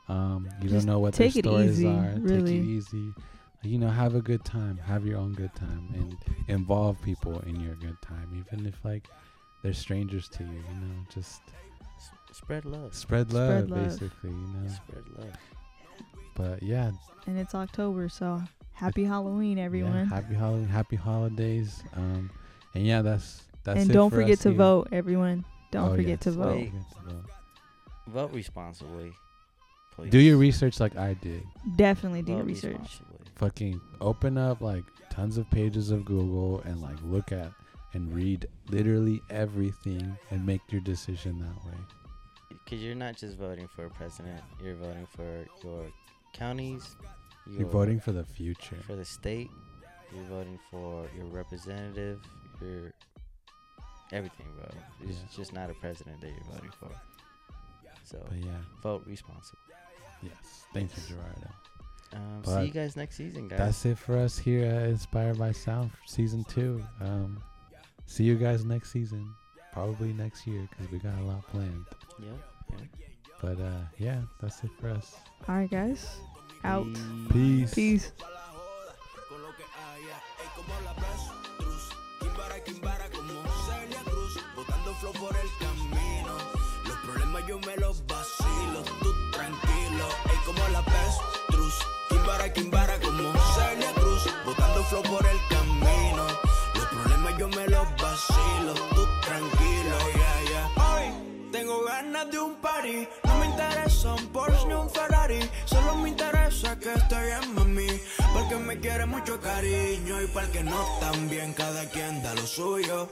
Speaker 15: Um, you
Speaker 16: Just
Speaker 15: don't know what their
Speaker 16: take it
Speaker 15: stories
Speaker 16: easy,
Speaker 15: are. Take
Speaker 16: really.
Speaker 15: it easy. You know, have a good time. Have your own good time, and involve people in your good time, even if like they're strangers to you. You know, just
Speaker 14: Spread love.
Speaker 15: spread love,
Speaker 16: Spread love.
Speaker 15: basically. You know,
Speaker 14: Spread love.
Speaker 15: but yeah,
Speaker 16: And it's October, so happy Halloween,
Speaker 15: Yeah,
Speaker 16: everyone.
Speaker 15: happy Halloween, happy holidays. Um, and yeah, that's that's.
Speaker 16: and
Speaker 15: it
Speaker 16: don't
Speaker 15: for
Speaker 16: forget
Speaker 15: us
Speaker 16: to
Speaker 15: here.
Speaker 16: vote, everyone. Don't
Speaker 15: Oh,
Speaker 16: forget
Speaker 15: yes.
Speaker 16: to vote.
Speaker 14: Wait.
Speaker 15: Forget to vote.
Speaker 14: Vote responsibly. Please.
Speaker 15: Do your research like I did.
Speaker 16: Definitely do your
Speaker 14: Vote
Speaker 16: research.
Speaker 14: responsibly.
Speaker 15: Fucking open up like tons of pages of Google and like look at and read literally everything and make your decision that way.
Speaker 14: Because you're not just voting for a president, you're voting for your counties.
Speaker 15: You're
Speaker 14: your-
Speaker 15: voting for the future.
Speaker 14: for the state. You're voting for your representative. Your everything, bro. It's
Speaker 15: Yeah.
Speaker 14: just not a president that you're voting for. So
Speaker 15: But yeah,
Speaker 14: vote responsibly.
Speaker 15: yes. Thank you, Gerardo.
Speaker 14: Um,
Speaker 15: But
Speaker 14: see you guys next season, guys.
Speaker 15: That's it for us here at Inspired by Sound season two. Um, see you guys next season, probably next year because we got a lot planned.
Speaker 14: Yeah.
Speaker 15: But uh, yeah, that's it for us.
Speaker 16: All right, guys. Out.
Speaker 15: Peace.
Speaker 16: Peace.
Speaker 17: botando flow por el camino. Los problemas yo me los vacilo, tú tranquilo. Es como la Pestrus, Kimbara, Kimbara, como Celia Cruz, botando flow por el camino. Los problemas yo me los vacilo, tú tranquilo, yeah, yeah.
Speaker 18: Hoy tengo ganas de un party. No me interesa un Porsche ni un Ferrari. Solo me interesa que esté bien, mami. Porque me quiere mucho cariño y para que no también. Cada quien da lo suyo.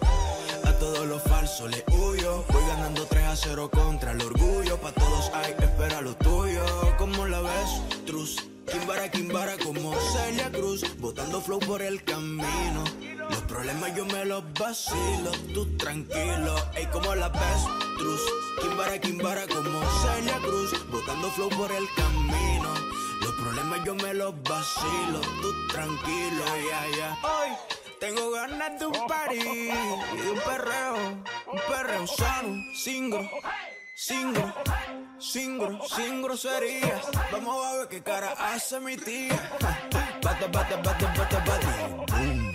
Speaker 18: A todo lo falso le huyo. Voy ganando 3 a 0 contra el orgullo. Pa' todos hay que esperar lo tuyo. Como la ves, Trus. Kimbara, Kimbara, como Celia Cruz. Botando flow por el camino. Los problemas yo me los vacilo. Tú tranquilo, ey, como la Pestrus. Kimbara, Kimbara, como Celia Cruz. Botando flow por el camino. Los problemas yo me los vacilo. Tú tranquilo, ya, ya.
Speaker 17: Hoy
Speaker 18: tengo ganas de un party y de un perreo, un perreo sano, singro, singro, singro, sin groserías. Vamos a ver qué cara hace mi tía. Bata, bata, bata, bata, bata, boom.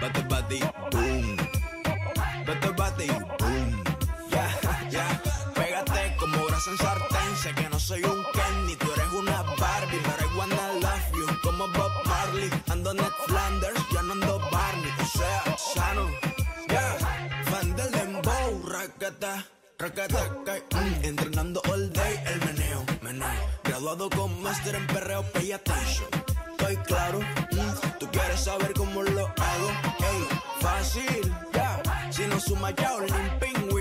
Speaker 18: Bata, bata, boom. Bata, bata, boom. Ya, ya, pégate como grasa en sartén. Sé que no soy un Kenny, tú eres una Barbie. Pero I wanna love you como Bob Marley. Ando Ned Flanders, ya no ando Barney. O sea, sano, yeah. Fan del dembow, racata, racata, cay, mm. Entrenando all day, el meneo, meneo. Graduado con máster en perreo, pay attention. Estoy claro, mm. tú quieres saber cómo lo hago. Ey, fácil, ya. Si no suma ya, Olimpín,